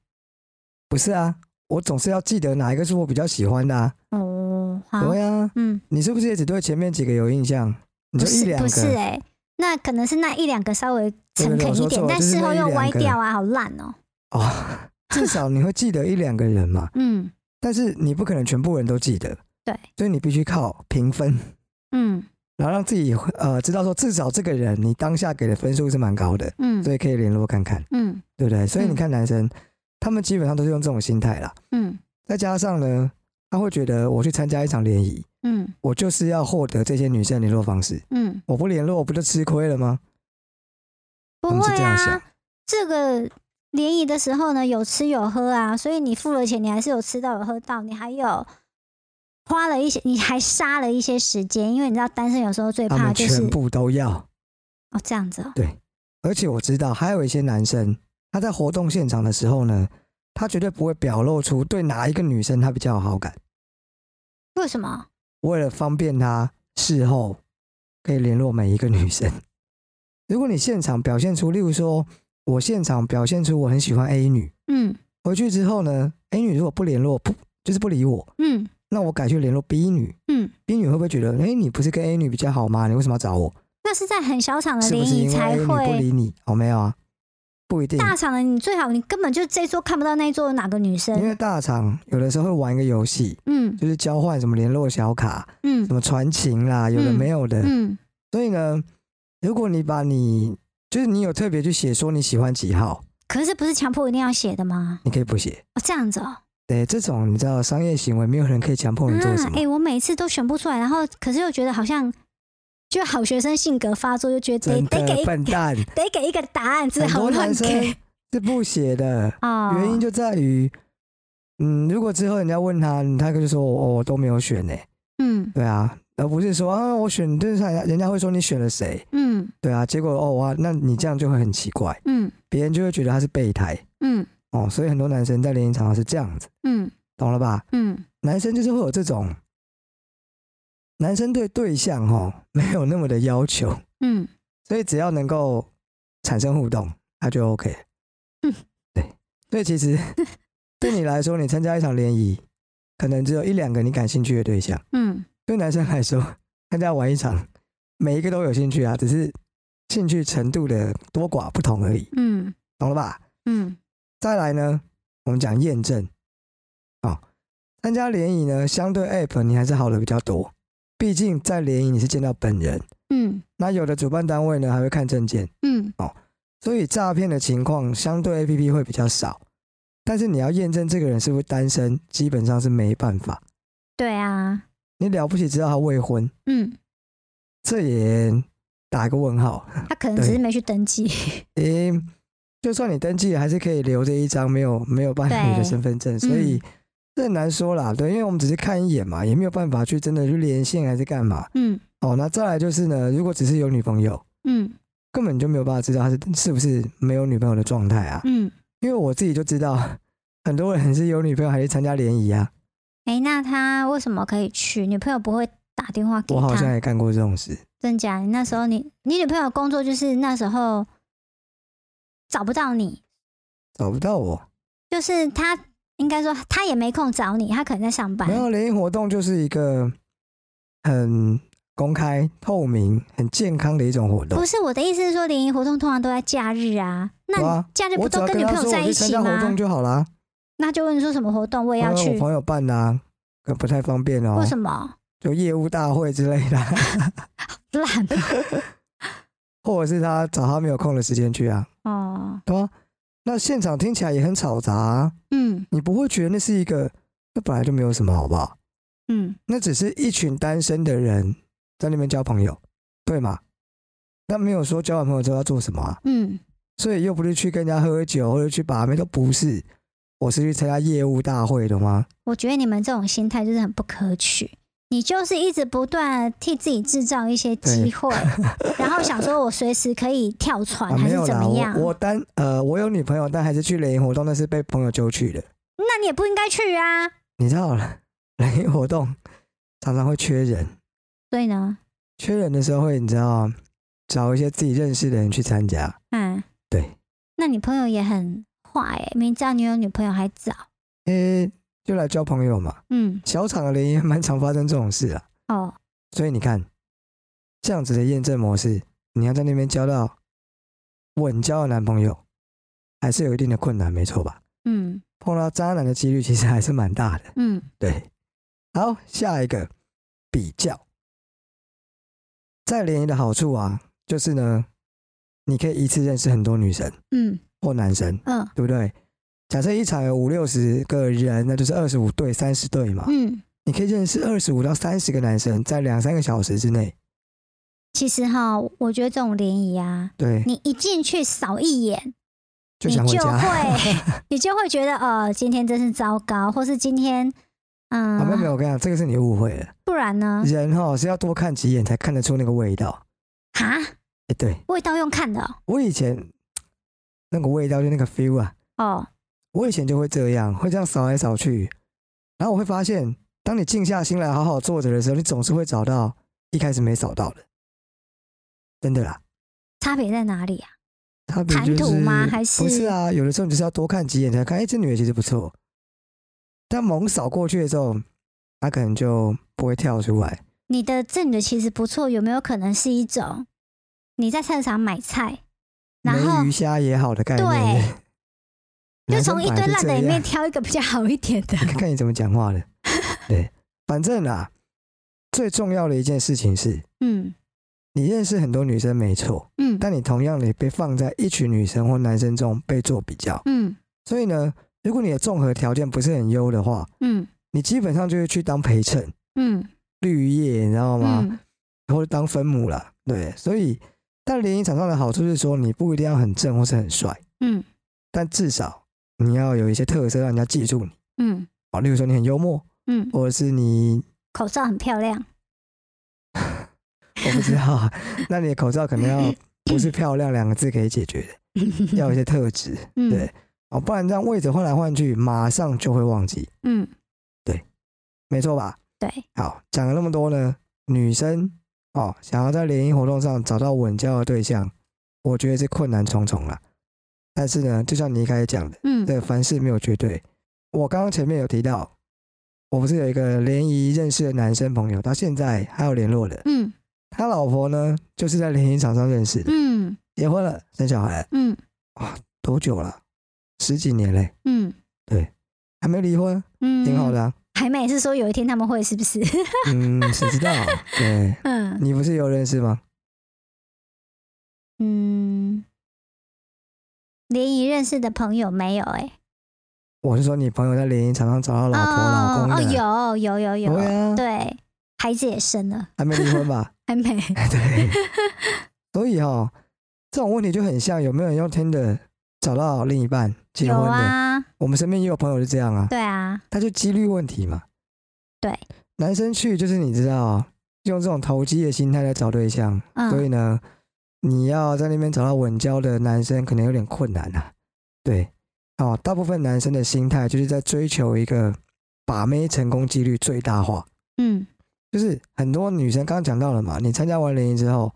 [SPEAKER 1] 不是啊，我总是要记得哪一个是我比较喜欢的啊。
[SPEAKER 2] 哦，好，
[SPEAKER 1] 对啊，
[SPEAKER 2] 嗯，
[SPEAKER 1] 你是不是也只对前面几个有印象？你
[SPEAKER 2] 不
[SPEAKER 1] 就一
[SPEAKER 2] 是
[SPEAKER 1] 两
[SPEAKER 2] 不是
[SPEAKER 1] 个，
[SPEAKER 2] 哎、那可能是那一两个稍微
[SPEAKER 1] 对对
[SPEAKER 2] 诚
[SPEAKER 1] 对我
[SPEAKER 2] 恳
[SPEAKER 1] 说
[SPEAKER 2] 一点
[SPEAKER 1] 错，了
[SPEAKER 2] 但
[SPEAKER 1] 就是
[SPEAKER 2] 事
[SPEAKER 1] 那
[SPEAKER 2] 后
[SPEAKER 1] 一
[SPEAKER 2] 又
[SPEAKER 1] 两
[SPEAKER 2] 歪
[SPEAKER 1] 个
[SPEAKER 2] 掉啊，好烂哦、
[SPEAKER 1] 至少你会记得一两个人嘛。
[SPEAKER 2] 嗯
[SPEAKER 1] 但是你不可能全部人都记得，
[SPEAKER 2] 对，
[SPEAKER 1] 所以你必须靠评分，
[SPEAKER 2] 嗯
[SPEAKER 1] 然后让自己呃知道说至少这个人你当下给的分数是蛮高的，
[SPEAKER 2] 嗯
[SPEAKER 1] 所以可以联络看看，
[SPEAKER 2] 嗯
[SPEAKER 1] 对不对？所以你
[SPEAKER 2] 嗯
[SPEAKER 1] 看男生，他们基本上都是用这种心态啦。
[SPEAKER 2] 嗯
[SPEAKER 1] 再加上呢，他会觉得我去参加一场联谊，
[SPEAKER 2] 嗯
[SPEAKER 1] 我就是要获得这些女生的联络方式，
[SPEAKER 2] 嗯，
[SPEAKER 1] 我不联络我不就吃亏了吗？
[SPEAKER 2] 不
[SPEAKER 1] 他嗯们是
[SPEAKER 2] 会
[SPEAKER 1] 这样想
[SPEAKER 2] 啊，这个联谊的时候呢，有吃有喝啊，所以你付了钱，你还是有吃到有喝到，你还有。花了一些，你还杀了一些时间，因为你知道单身有时候最
[SPEAKER 1] 他
[SPEAKER 2] 怕
[SPEAKER 1] 们
[SPEAKER 2] 就是
[SPEAKER 1] 全部都要。
[SPEAKER 2] 哦这样子哦，
[SPEAKER 1] 而且我知道还有一些男生，他在活动现场的时候呢，他绝对不会表露出对哪一个女生他比较有好感，
[SPEAKER 2] 为什么？
[SPEAKER 1] 为了方便他事后可以联络每一个女生。 如果你现场表现出，例如说我现场表现出我很喜欢 A 女，
[SPEAKER 2] 嗯
[SPEAKER 1] 回去之后呢，A 女如果不联络，不就是不理我，
[SPEAKER 2] 嗯
[SPEAKER 1] 那我改去联络 B 女
[SPEAKER 2] 嗯，
[SPEAKER 1] ，B 女会不会觉得，哎、你不是跟 A 女比较好吗？你为什么要找我？
[SPEAKER 2] 那是在很小场的
[SPEAKER 1] 是不
[SPEAKER 2] 联
[SPEAKER 1] 是
[SPEAKER 2] 谊
[SPEAKER 1] 因为 A
[SPEAKER 2] 哦才
[SPEAKER 1] 女不
[SPEAKER 2] 会，
[SPEAKER 1] 理你？哦，没有啊，不一定。
[SPEAKER 2] 大场的你最好你根本就这一桌看不到那一桌有哪个女
[SPEAKER 1] 因为
[SPEAKER 2] 生。
[SPEAKER 1] 大厂有的时候会玩一个游戏，
[SPEAKER 2] 嗯
[SPEAKER 1] 就是交换什么联络小卡、
[SPEAKER 2] 嗯
[SPEAKER 1] 什么传情啦，有的
[SPEAKER 2] 嗯
[SPEAKER 1] 没有的。
[SPEAKER 2] 嗯
[SPEAKER 1] 所以呢，如果你把你就是你有特别去写说你喜欢几号，
[SPEAKER 2] 可是不是强迫一定要写的吗？
[SPEAKER 1] 你可以不写。
[SPEAKER 2] 哦，这样子哦。
[SPEAKER 1] 对，这种你知道商业行为，没有人可以强迫你做什
[SPEAKER 2] 啊，
[SPEAKER 1] 么。
[SPEAKER 2] 哎、我每次都选不出来，然后可是又觉得好像就好学生性格发作，就觉得
[SPEAKER 1] 真
[SPEAKER 2] 得得
[SPEAKER 1] 的
[SPEAKER 2] 给
[SPEAKER 1] 笨蛋，
[SPEAKER 2] 得给一个答案，只
[SPEAKER 1] 很
[SPEAKER 2] 好
[SPEAKER 1] 多
[SPEAKER 2] 乱
[SPEAKER 1] 男生
[SPEAKER 2] 给
[SPEAKER 1] 是不写的。
[SPEAKER 2] 哦。
[SPEAKER 1] 原因就在于，嗯，如果之后人家问他，他就说我、哦、我都没有选呢、
[SPEAKER 2] 嗯
[SPEAKER 1] 对啊，而不是说啊我选，就是人家会说你选了谁，
[SPEAKER 2] 嗯
[SPEAKER 1] 对啊，结果哦哇，那你这样就会很奇怪，
[SPEAKER 2] 嗯
[SPEAKER 1] 别人就会觉得他是备胎
[SPEAKER 2] 嗯
[SPEAKER 1] 哦，所以很多男生在联谊场上是这样子，
[SPEAKER 2] 嗯
[SPEAKER 1] 懂了吧？
[SPEAKER 2] 嗯
[SPEAKER 1] 男生就是会有这种，男生对对象哦 没有那么的要求，
[SPEAKER 2] 嗯，
[SPEAKER 1] 所以只要能够产生互动，他就 OK。
[SPEAKER 2] 嗯，
[SPEAKER 1] 对，所以其实对你来说，你参加一场联谊，可能只有一两个你感兴趣的对象。
[SPEAKER 2] 嗯
[SPEAKER 1] 对男生来说，参加完一场，每一个都有兴趣啊，只是兴趣程度的多寡不同而已，
[SPEAKER 2] 嗯
[SPEAKER 1] 懂了吧？
[SPEAKER 2] 嗯
[SPEAKER 1] 再来呢，我们讲验证。哦，参加联谊呢，相对 App 你还是好的比较多，毕竟在联谊你是见到本人，
[SPEAKER 2] 嗯
[SPEAKER 1] 那有的主办单位呢还会看证件。
[SPEAKER 2] 嗯
[SPEAKER 1] 所以诈骗的情况相对 A P P 会比较少，但是你要验证这个人是不是单身，基本上是没办法。
[SPEAKER 2] 对啊，
[SPEAKER 1] 你了不起知道他未婚，
[SPEAKER 2] 嗯，
[SPEAKER 1] 这也打一个问号。
[SPEAKER 2] 他可能只
[SPEAKER 1] 啊对
[SPEAKER 2] 是没去 登记。
[SPEAKER 1] 诶、就算你登记了，还是可以留着一张没有没有伴侣的
[SPEAKER 2] 对嗯
[SPEAKER 1] 身份证，所以这很难说啦。对，因为我们只是看一眼嘛，也没有办法去真的去连线还是干嘛。
[SPEAKER 2] 嗯
[SPEAKER 1] 哦，那再来就是呢，如果只是有女朋友，
[SPEAKER 2] 嗯
[SPEAKER 1] 根本就没有办法知道他是是不是没有女朋友的状态啊。
[SPEAKER 2] 嗯，
[SPEAKER 1] 因为我自己就知道，很多人是有女朋友还去参加联谊啊。
[SPEAKER 2] 哎、那他为什么可以去？女朋友不会打电话给
[SPEAKER 1] 我好像
[SPEAKER 2] 他？
[SPEAKER 1] 也干过这种事，
[SPEAKER 2] 真假？你那时候你你女朋友工作就是那时候找不到你，
[SPEAKER 1] 找不到我。
[SPEAKER 2] 就是他应该说他也没空找你，他可能在上班
[SPEAKER 1] 没。有联谊活动就是一个很公开、透明、很健康的一种活动
[SPEAKER 2] 不。是我的意思是说，联谊活动通常都在假日啊，
[SPEAKER 1] 对
[SPEAKER 2] 那
[SPEAKER 1] 啊
[SPEAKER 2] 假日
[SPEAKER 1] 我
[SPEAKER 2] 不
[SPEAKER 1] 只
[SPEAKER 2] 都
[SPEAKER 1] 要
[SPEAKER 2] 女
[SPEAKER 1] 他
[SPEAKER 2] 朋友
[SPEAKER 1] 说我
[SPEAKER 2] 在
[SPEAKER 1] 去
[SPEAKER 2] 一
[SPEAKER 1] 参
[SPEAKER 2] 起
[SPEAKER 1] 加活
[SPEAKER 2] 吗
[SPEAKER 1] 动？就好啦。
[SPEAKER 2] 那就问说什么活动我也要
[SPEAKER 1] 因为我
[SPEAKER 2] 去，
[SPEAKER 1] 朋友办的、啊，可不太方便哦、
[SPEAKER 2] 为什么？
[SPEAKER 1] 就业务大会之类的 啊，
[SPEAKER 2] 懒
[SPEAKER 1] 或者是他找他没有空的时间去啊，
[SPEAKER 2] 哦，
[SPEAKER 1] 对吧、啊那现场听起来也很吵杂、啊，
[SPEAKER 2] 嗯
[SPEAKER 1] 你不会觉得那是一个，那本来就没有什么，好不好？
[SPEAKER 2] 嗯
[SPEAKER 1] 那只是一群单身的人在那边交朋友，对吗？那没有说交完朋友之后要做什么啊，
[SPEAKER 2] 嗯
[SPEAKER 1] 所以又不是去跟人家喝酒或者去把妹，都不是。我是去参加业务大会的吗？
[SPEAKER 2] 我觉得你们这种心态就是很不可取。你就是一直不断地替自己制造一些机 会，然后想说我随时可以跳船、
[SPEAKER 1] 啊，
[SPEAKER 2] 还
[SPEAKER 1] 没有
[SPEAKER 2] 是怎
[SPEAKER 1] 啦，
[SPEAKER 2] 么样？
[SPEAKER 1] 我我单呃，我有女朋友，但还是去联谊活动，那是被朋友揪去的。
[SPEAKER 2] 那你也不应该去啊。
[SPEAKER 1] 你知道了，联谊活动常常会缺人，
[SPEAKER 2] 所以呢，
[SPEAKER 1] 缺人的时候会你知道找一些自己认识的人去参加。
[SPEAKER 2] 嗯，
[SPEAKER 1] 对，
[SPEAKER 2] 那你朋友也很坏、欸，明知道你有女朋友还找，
[SPEAKER 1] 诶、就来交朋友嘛。
[SPEAKER 2] 嗯，
[SPEAKER 1] 小场的联谊 蛮常发生这种事啊。
[SPEAKER 2] 哦，
[SPEAKER 1] 所以你看，这样子的验证模式，你要在那边交到稳交的男朋友，还是有一定的困难，没错吧？
[SPEAKER 2] 嗯
[SPEAKER 1] 碰到渣男的几率其实还是蛮大的。
[SPEAKER 2] 嗯，
[SPEAKER 1] 对，好，下一个比较，在联谊的好处啊，就是呢，你可以一次认识很多女生
[SPEAKER 2] 嗯
[SPEAKER 1] 或男生，
[SPEAKER 2] 嗯
[SPEAKER 1] 对不对？假设一场有五六十个人，那就是二十五对、三十对嘛，
[SPEAKER 2] 嗯，
[SPEAKER 1] 你可以认识二十五到三十个男生，在两三个小时之内，
[SPEAKER 2] 其实哈，我觉得这种联谊啊，
[SPEAKER 1] 对，
[SPEAKER 2] 你一进去扫一眼，
[SPEAKER 1] 就
[SPEAKER 2] 你
[SPEAKER 1] 想回
[SPEAKER 2] 就
[SPEAKER 1] 家。
[SPEAKER 2] 会你就会觉得呃，今天真是糟糕，或是今天嗯、
[SPEAKER 1] 啊，没有没有，我跟你讲，这个是你误会了。
[SPEAKER 2] 不然呢？
[SPEAKER 1] 人哈是要多看几眼才看得出那个味道。
[SPEAKER 2] 啊，
[SPEAKER 1] 哎、对
[SPEAKER 2] 味道用看的哦
[SPEAKER 1] 我以前那个味道就那个 feel 啊，
[SPEAKER 2] 哦，
[SPEAKER 1] 我以前就会这样，会这样扫来扫去，然后我会发现，当你静下心来好好坐着的时候，你总是会找到一开始没扫到的。真的啦，
[SPEAKER 2] 差别在哪里啊？
[SPEAKER 1] 差别就
[SPEAKER 2] 谈
[SPEAKER 1] 是
[SPEAKER 2] 吐吗还
[SPEAKER 1] 不是
[SPEAKER 2] 是
[SPEAKER 1] 啊？有的时候你就是要多看几眼才看，哎、这女的其实不错。但猛扫过去的时候，她可能就不会跳出来。
[SPEAKER 2] 你的这女的其实不错，有没有可能是一种你在菜市场买菜，然后
[SPEAKER 1] 没鱼虾也好的概念，
[SPEAKER 2] 就
[SPEAKER 1] 男生
[SPEAKER 2] 从一
[SPEAKER 1] 本
[SPEAKER 2] 堆
[SPEAKER 1] 来
[SPEAKER 2] 烂
[SPEAKER 1] 这
[SPEAKER 2] 的里
[SPEAKER 1] 样
[SPEAKER 2] 面挑一个比较好一点的？
[SPEAKER 1] 看你怎么讲话的。对，反正啊，最重要的一件事情是
[SPEAKER 2] 嗯
[SPEAKER 1] 你认识很多女生没错，
[SPEAKER 2] 嗯
[SPEAKER 1] 但你同样也被放在一群女生或男生中被做比较，
[SPEAKER 2] 嗯
[SPEAKER 1] 所以呢，如果你的综合条件不是很优的话，
[SPEAKER 2] 嗯
[SPEAKER 1] 你基本上就是去当陪衬、
[SPEAKER 2] 嗯
[SPEAKER 1] 绿叶，你知道吗？
[SPEAKER 2] 嗯
[SPEAKER 1] 或者当分母啦。对，所以但联谊场上的好处是说，你不一定要很正或是很帅，
[SPEAKER 2] 嗯
[SPEAKER 1] 但至少你要有一些特色让人家记住你
[SPEAKER 2] 嗯
[SPEAKER 1] 啊，例如说你很幽默，
[SPEAKER 2] 嗯，
[SPEAKER 1] 或者是你
[SPEAKER 2] 口罩很漂亮，
[SPEAKER 1] 我不知道， 那你的口罩可能要不是漂亮两个字可以解决的，要有一些特质
[SPEAKER 2] 嗯
[SPEAKER 1] 对哦，不然这样位置换来换去，马上就会忘记，
[SPEAKER 2] 嗯
[SPEAKER 1] 没错吧？
[SPEAKER 2] 对，
[SPEAKER 1] 好，讲了那么多呢，女生哦，想要在联谊活动上找到稳交的对象，我觉得是困难重重啦。但是呢，就像你一开始讲的，
[SPEAKER 2] 嗯
[SPEAKER 1] 对，凡事没有绝对。我刚刚前面有提到，我不是有一个联谊认识的男生朋友，到现在还有联络的，
[SPEAKER 2] 嗯
[SPEAKER 1] 他老婆呢就是在联谊场上认识的。
[SPEAKER 2] 嗯
[SPEAKER 1] 结婚了，生小孩了，
[SPEAKER 2] 嗯
[SPEAKER 1] 多久了？十几年嘞，
[SPEAKER 2] 嗯
[SPEAKER 1] 还没离婚，
[SPEAKER 2] 嗯，
[SPEAKER 1] 挺好的、啊。
[SPEAKER 2] 海美是说有一天他们会是不是？
[SPEAKER 1] 嗯，谁知道？对，
[SPEAKER 2] 嗯
[SPEAKER 1] 你不是有认识吗？
[SPEAKER 2] 嗯，联谊认识的朋友没有哎、
[SPEAKER 1] 我是说你朋友在联谊场上找到老婆、老公的，
[SPEAKER 2] 哦，有有有有，
[SPEAKER 1] 对啊
[SPEAKER 2] 对，孩子也生了，
[SPEAKER 1] 还没离婚 吧？
[SPEAKER 2] 还没，
[SPEAKER 1] 对，所以哈、哦，这种问题就很像有没有人用 Tinder 找到另一半结
[SPEAKER 2] 有
[SPEAKER 1] 婚的？
[SPEAKER 2] 啊，
[SPEAKER 1] 我们身边也有朋友是这样啊，
[SPEAKER 2] 对啊，
[SPEAKER 1] 他就几率问题嘛。
[SPEAKER 2] 对，
[SPEAKER 1] 男生去就是你知道，用这种投机的心态来找对象，所
[SPEAKER 2] 嗯
[SPEAKER 1] 以呢，你要在那边找到稳交的男生，可能有点困难啊。对，哦，大部分男生的心态就是在追求一个把妹成功几率最大化，
[SPEAKER 2] 嗯
[SPEAKER 1] 就是很多女生刚刚讲到了嘛，你参加完联谊之后，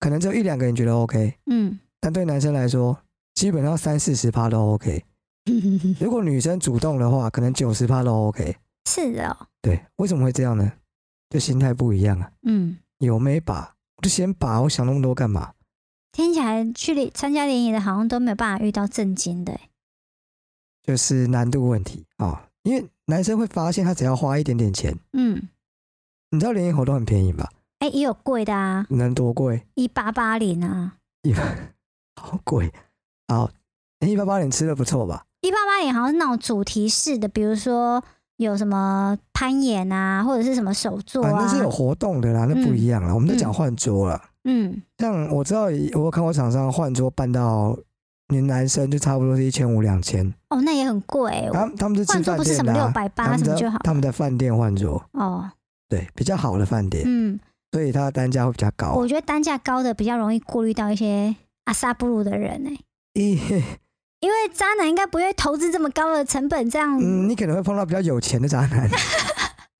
[SPEAKER 1] 可能只有一两个人觉得 OK，
[SPEAKER 2] 嗯，
[SPEAKER 1] 但对男生来说，基本上三四十趴都 OK。如果女生主动的话，可能九十趴都 OK。
[SPEAKER 2] 是的哦，
[SPEAKER 1] 对，为什么会这样呢？就心态不一样啊，
[SPEAKER 2] 嗯，
[SPEAKER 1] 有没把我就先把，我想那么多干嘛？
[SPEAKER 2] 听起来去联参加联谊的，好像都没有办法遇到正经的欸、
[SPEAKER 1] 就是难度问题啊、哦因为男生会发现他只要花一点点钱，
[SPEAKER 2] 嗯，
[SPEAKER 1] 你知道联谊活动很便宜吧？
[SPEAKER 2] 哎、也有贵的啊，
[SPEAKER 1] 能多贵？
[SPEAKER 2] 一八八零啊，
[SPEAKER 1] 一百，好贵。好，一八八零吃的不错吧？
[SPEAKER 2] 一八八零好像是那种主题式的，比如说有什么攀岩啊，或者是什么手作
[SPEAKER 1] 反
[SPEAKER 2] 啊，
[SPEAKER 1] 正是有活动的啦，那不一样啦。我们在讲换桌了，
[SPEAKER 2] 嗯
[SPEAKER 1] 像我知道我有看过厂商换桌办到。你男生就差不多是一千五两千，
[SPEAKER 2] 哦，那也很贵欸、
[SPEAKER 1] 他们他们是吃
[SPEAKER 2] 换
[SPEAKER 1] 饭
[SPEAKER 2] 桌不是
[SPEAKER 1] 店
[SPEAKER 2] 什
[SPEAKER 1] 的、
[SPEAKER 2] 么六
[SPEAKER 1] 啊，他
[SPEAKER 2] 百八
[SPEAKER 1] 们
[SPEAKER 2] 什么就
[SPEAKER 1] 在
[SPEAKER 2] 好
[SPEAKER 1] 他们在饭店换桌，
[SPEAKER 2] 哦，
[SPEAKER 1] 对，比较好的饭店，
[SPEAKER 2] 嗯，
[SPEAKER 1] 所以它的单价会比较高。
[SPEAKER 2] 我觉得单价高的比较容易顾虑到一些阿萨布鲁的人呢、
[SPEAKER 1] 一，
[SPEAKER 2] 因为渣男应该不会投资这么高的成本，这样、
[SPEAKER 1] 嗯，你可能会碰到比较有钱的渣 男，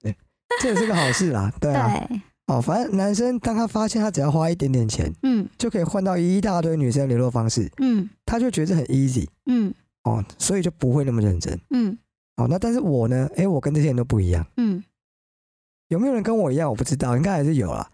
[SPEAKER 1] 对，这也是个好事啦，对啊。
[SPEAKER 2] 对，
[SPEAKER 1] 哦，反正男生当他发现他只要花一点点钱
[SPEAKER 2] 嗯
[SPEAKER 1] 就可以换到一大堆女生的联络方式，
[SPEAKER 2] 嗯
[SPEAKER 1] 他就觉得很 easy
[SPEAKER 2] 嗯
[SPEAKER 1] 哦，所以就不会那么认真
[SPEAKER 2] 嗯
[SPEAKER 1] 哦。那但是我呢，诶，我跟这些人都不一样，
[SPEAKER 2] 嗯
[SPEAKER 1] 有没有人跟我一样我不知道，应该还是有啦。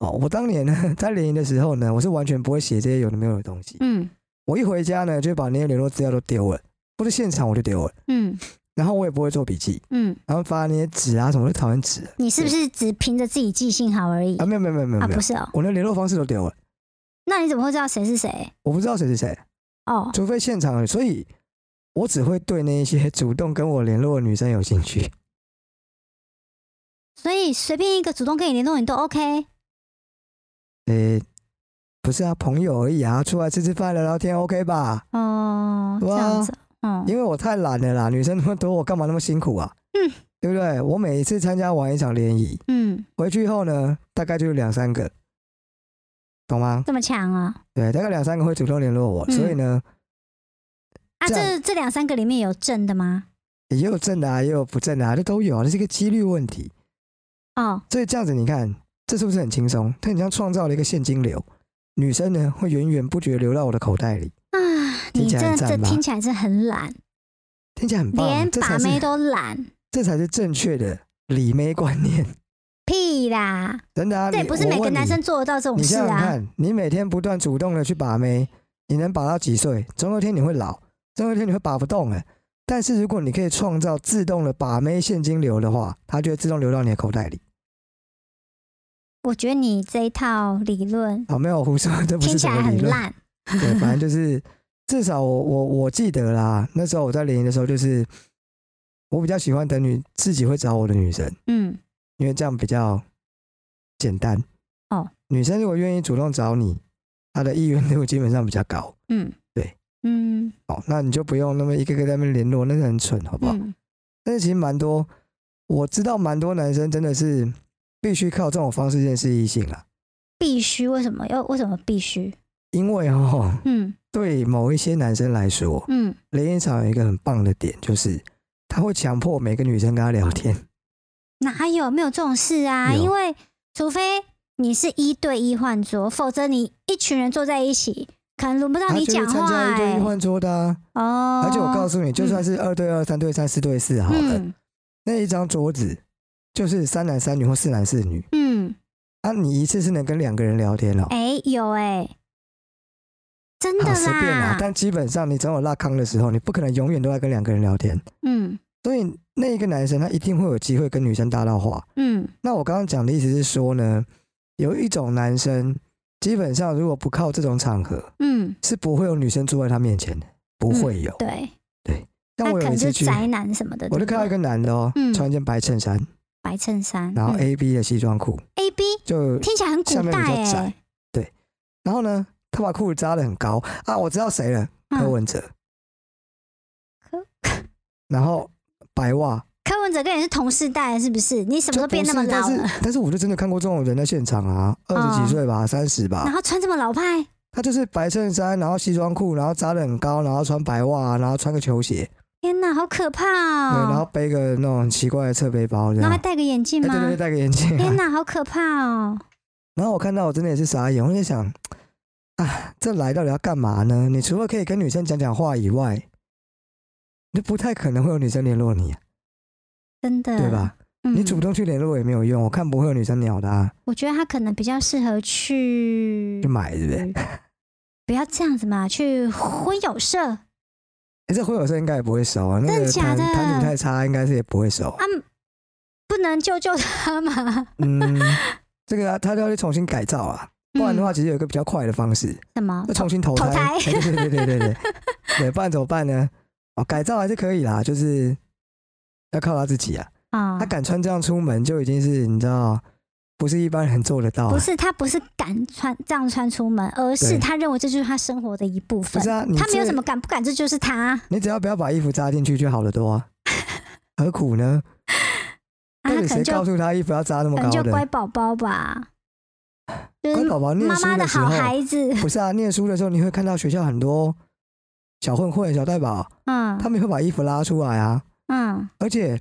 [SPEAKER 1] 哦，我当年呢 在联谊的时候呢，我是完全不会写这些有的没有的东西，
[SPEAKER 2] 嗯
[SPEAKER 1] 我一回家呢就把那些联络资料都丢了，或者现场我就丢了，
[SPEAKER 2] 嗯
[SPEAKER 1] 然后我也不会做笔记，
[SPEAKER 2] 嗯，
[SPEAKER 1] 然后发那些纸啊什么，我就讨厌纸
[SPEAKER 2] 你是不是只凭着自己记性好而已
[SPEAKER 1] 啊，没有没有没有没有
[SPEAKER 2] 啊？
[SPEAKER 1] 没有
[SPEAKER 2] 不，是哦，
[SPEAKER 1] 我连联络方式都丢了，
[SPEAKER 2] 那你怎么会知道谁是谁？
[SPEAKER 1] 我不知道谁是谁。
[SPEAKER 2] 哦，
[SPEAKER 1] 除非现场，所以我只会对那一些主动跟我联络的女生有兴趣。
[SPEAKER 2] 所以随便一个主动跟你联络你都 OK，
[SPEAKER 1] 诶、不是啊，朋友而已啊，出来吃吃饭、聊聊天，OK 吧？
[SPEAKER 2] 哦，这
[SPEAKER 1] 哇
[SPEAKER 2] 样子，哦，
[SPEAKER 1] 因为我太懒了啦，女生那么多，我干嘛那么辛苦啊？
[SPEAKER 2] 嗯，
[SPEAKER 1] 对不对？我每一次参加完一场联谊，
[SPEAKER 2] 嗯，
[SPEAKER 1] 回去后呢，大概就是两三个，懂吗？
[SPEAKER 2] 这么强啊？
[SPEAKER 1] 对，大概两三个会主动联络我，
[SPEAKER 2] 嗯
[SPEAKER 1] 所以呢，
[SPEAKER 2] 啊，
[SPEAKER 1] 这
[SPEAKER 2] 这这两三个里面有正的吗？
[SPEAKER 1] 也有正的啊，也有不正的啊，这都有啊，这是一个几率问题。
[SPEAKER 2] 哦，
[SPEAKER 1] 所以这样子，你看，这是不是很轻松？它很像创造了一个现金流，女生呢会源源不绝流到我的口袋里，
[SPEAKER 2] 啊，
[SPEAKER 1] 听
[SPEAKER 2] 你
[SPEAKER 1] 起来
[SPEAKER 2] 这
[SPEAKER 1] 很
[SPEAKER 2] 这
[SPEAKER 1] 赞吧
[SPEAKER 2] 听起来是很懒，
[SPEAKER 1] 听起来很棒
[SPEAKER 2] 连，
[SPEAKER 1] 这
[SPEAKER 2] 把
[SPEAKER 1] 才
[SPEAKER 2] 妹
[SPEAKER 1] 是
[SPEAKER 2] 都懒，
[SPEAKER 1] 这才是正确的理妹观念，
[SPEAKER 2] 屁啦！
[SPEAKER 1] 真的啊！
[SPEAKER 2] 这也
[SPEAKER 1] 你
[SPEAKER 2] 不是每
[SPEAKER 1] 我
[SPEAKER 2] 个
[SPEAKER 1] 问
[SPEAKER 2] 男
[SPEAKER 1] 你
[SPEAKER 2] 生做得到这种
[SPEAKER 1] 你
[SPEAKER 2] 事
[SPEAKER 1] 想想
[SPEAKER 2] 啊。
[SPEAKER 1] 看，你每天不断主动的去把妹，你能把到几岁？总有一天你会老，总有一天你会把不动了。但是如果你可以创造自动的把妹现金流的话，它就会自动流到你的口袋里。
[SPEAKER 2] 我觉得你这一套理论
[SPEAKER 1] 哦好，没有我胡说，这不
[SPEAKER 2] 听
[SPEAKER 1] 是
[SPEAKER 2] 起
[SPEAKER 1] 什
[SPEAKER 2] 来
[SPEAKER 1] 么理
[SPEAKER 2] 很
[SPEAKER 1] 论。
[SPEAKER 2] 烂。
[SPEAKER 1] 对， 反正就是至少我我我记得啦，那时候我在联谊的时候，就是我比较喜欢等女自己会找我的女生，
[SPEAKER 2] 嗯
[SPEAKER 1] 因为这样比较简单。
[SPEAKER 2] 哦，
[SPEAKER 1] 女生如果愿意主动找你，她的意愿度基本上比较高。
[SPEAKER 2] 嗯，
[SPEAKER 1] 对，
[SPEAKER 2] 嗯
[SPEAKER 1] 哦，那你就不用那么一个个在那边联络，那是很蠢，好不好？
[SPEAKER 2] 嗯
[SPEAKER 1] 但是其实蛮多，我知道蛮多男生真的是必须靠这种方式认识异性啦，
[SPEAKER 2] 必须为什么要为什么必须？
[SPEAKER 1] 因为哦，
[SPEAKER 2] 嗯
[SPEAKER 1] 对某一些男生来说，
[SPEAKER 2] 嗯，
[SPEAKER 1] 雷音场有一个很棒的点，就是他会强迫每个女生跟他聊天。
[SPEAKER 2] 哪有没有这种事啊？
[SPEAKER 1] 有
[SPEAKER 2] 因为除非你是一对一换桌，否则你一群人坐在一起，可能轮不到
[SPEAKER 1] 他
[SPEAKER 2] 你
[SPEAKER 1] 就是
[SPEAKER 2] 讲
[SPEAKER 1] 参
[SPEAKER 2] 话、
[SPEAKER 1] 加一对
[SPEAKER 2] 欸
[SPEAKER 1] 一。换桌的、啊，
[SPEAKER 2] 哦，
[SPEAKER 1] 而且我告诉你，就算是二对二、三对三、四对四好了，
[SPEAKER 2] 嗯
[SPEAKER 1] 那一张桌子就是三男三女或四男四女
[SPEAKER 2] 嗯，
[SPEAKER 1] 啊，你一次是能跟两个人聊天哦。
[SPEAKER 2] 哎、有哎、真的
[SPEAKER 1] 好随便啦
[SPEAKER 2] 啦，，
[SPEAKER 1] 但基本上你总有落康的时候，你不可能永远都在跟两个人聊天，
[SPEAKER 2] 嗯
[SPEAKER 1] 所以那一个男生他一定会有机会跟女生搭到话。
[SPEAKER 2] 嗯
[SPEAKER 1] 那我刚刚讲的意思是说呢，有一种男生基本上如果不靠这种场合，
[SPEAKER 2] 嗯，
[SPEAKER 1] 是不会有女生坐在他面前的，不会有。
[SPEAKER 2] 对，
[SPEAKER 1] 像
[SPEAKER 2] 他
[SPEAKER 1] 我有
[SPEAKER 2] 可
[SPEAKER 1] 一
[SPEAKER 2] 能就
[SPEAKER 1] 次
[SPEAKER 2] 是
[SPEAKER 1] 去，
[SPEAKER 2] 宅男什么的，
[SPEAKER 1] 我就
[SPEAKER 2] 对不
[SPEAKER 1] 看到一
[SPEAKER 2] 对
[SPEAKER 1] 个男的哦，
[SPEAKER 2] 嗯
[SPEAKER 1] 穿一件白衬衫，
[SPEAKER 2] 白衬衫，
[SPEAKER 1] 然后
[SPEAKER 2] 嗯
[SPEAKER 1] A B 的西装裤，
[SPEAKER 2] A B
[SPEAKER 1] 就
[SPEAKER 2] 听起来很古
[SPEAKER 1] 下面
[SPEAKER 2] 代
[SPEAKER 1] 比较
[SPEAKER 2] 哎、
[SPEAKER 1] 窄，对。然后呢，他把裤子扎得很高啊，我知道谁了，
[SPEAKER 2] 嗯
[SPEAKER 1] 柯文哲。
[SPEAKER 2] 柯
[SPEAKER 1] 然后白袜，
[SPEAKER 2] 柯文哲跟你是同世代是不是？你什么时
[SPEAKER 1] 就
[SPEAKER 2] 候
[SPEAKER 1] 不
[SPEAKER 2] 变那
[SPEAKER 1] 是啊
[SPEAKER 2] 么老
[SPEAKER 1] 但
[SPEAKER 2] 了？
[SPEAKER 1] 是但是我就真的看过这种人在现场啊，二十
[SPEAKER 2] 哦
[SPEAKER 1] 几岁吧，三十吧
[SPEAKER 2] 然，后穿这么老派，
[SPEAKER 1] 他就是白衬衫，然后西装裤，然后扎得很高，然后穿白袜，啊然后穿个球鞋，
[SPEAKER 2] 天哪，好可怕
[SPEAKER 1] 对，然后
[SPEAKER 2] 哦！
[SPEAKER 1] 背个那种奇怪的侧背包，这
[SPEAKER 2] 然
[SPEAKER 1] 样
[SPEAKER 2] 后还。戴个眼镜
[SPEAKER 1] 哎，
[SPEAKER 2] 吗？
[SPEAKER 1] 对对对，戴个眼镜、
[SPEAKER 2] 天
[SPEAKER 1] 啊。
[SPEAKER 2] 哪，好可怕哦！
[SPEAKER 1] 然后我看到我真的也是傻眼，我就想，啊，这来到底要干嘛呢？你除了可以跟女生讲讲话以外，你不太可能会有女生联络你啊、
[SPEAKER 2] 真的，
[SPEAKER 1] 对吧？
[SPEAKER 2] 嗯
[SPEAKER 1] 你主动去联络也没有用，我看不会有女生鸟的、啊，
[SPEAKER 2] 我觉得他可能比较适合去
[SPEAKER 1] 去，买对不对？
[SPEAKER 2] 不要这样子嘛，去婚友社啊，
[SPEAKER 1] 哎，这会有社应该也不会熟啊，那个
[SPEAKER 2] 真的假
[SPEAKER 1] 谈
[SPEAKER 2] 的
[SPEAKER 1] 谈吐太差，应该是也不会熟。啊
[SPEAKER 2] 啊不能救救他嘛？
[SPEAKER 1] 嗯，这个、啊、他就要去重新改造啊， 不然的话，其实有一个比较快的方式，
[SPEAKER 2] 嗯嗯、什么
[SPEAKER 1] 那？重新投
[SPEAKER 2] 投
[SPEAKER 1] 胎，
[SPEAKER 2] 胎
[SPEAKER 1] 哎 对对对对对对，对，不然怎么办呢？哦，改造还是可以啦，就是要靠他自己啊。
[SPEAKER 2] 啊
[SPEAKER 1] 他，敢穿这样出门，就已经是你知道，不是一般人做得到、啊。
[SPEAKER 2] 不是他不是敢穿这样穿出门，而是
[SPEAKER 1] 对
[SPEAKER 2] 他认为这就是他生活的一部
[SPEAKER 1] 不
[SPEAKER 2] 分
[SPEAKER 1] 是。啊，你
[SPEAKER 2] 他没有
[SPEAKER 1] 这
[SPEAKER 2] 什么敢不敢，这就是他。
[SPEAKER 1] 你只要不要把衣服扎进去就好得多啊，何苦呢？
[SPEAKER 2] 啊
[SPEAKER 1] 到
[SPEAKER 2] 他
[SPEAKER 1] 底
[SPEAKER 2] 可能
[SPEAKER 1] 谁
[SPEAKER 2] 就
[SPEAKER 1] 告诉他衣服要扎那么
[SPEAKER 2] 啊可能
[SPEAKER 1] 高
[SPEAKER 2] 就
[SPEAKER 1] 的？
[SPEAKER 2] 乖宝宝吧，就
[SPEAKER 1] 乖
[SPEAKER 2] 是
[SPEAKER 1] 宝宝念
[SPEAKER 2] 妈
[SPEAKER 1] 书
[SPEAKER 2] 妈
[SPEAKER 1] 的时
[SPEAKER 2] 好
[SPEAKER 1] 候，
[SPEAKER 2] 孩子，
[SPEAKER 1] 不是啊，念书的时候你会看到学校很多小混混、小代宝，他
[SPEAKER 2] 嗯
[SPEAKER 1] 们也会把衣服拉出来啊。
[SPEAKER 2] 嗯
[SPEAKER 1] 而且，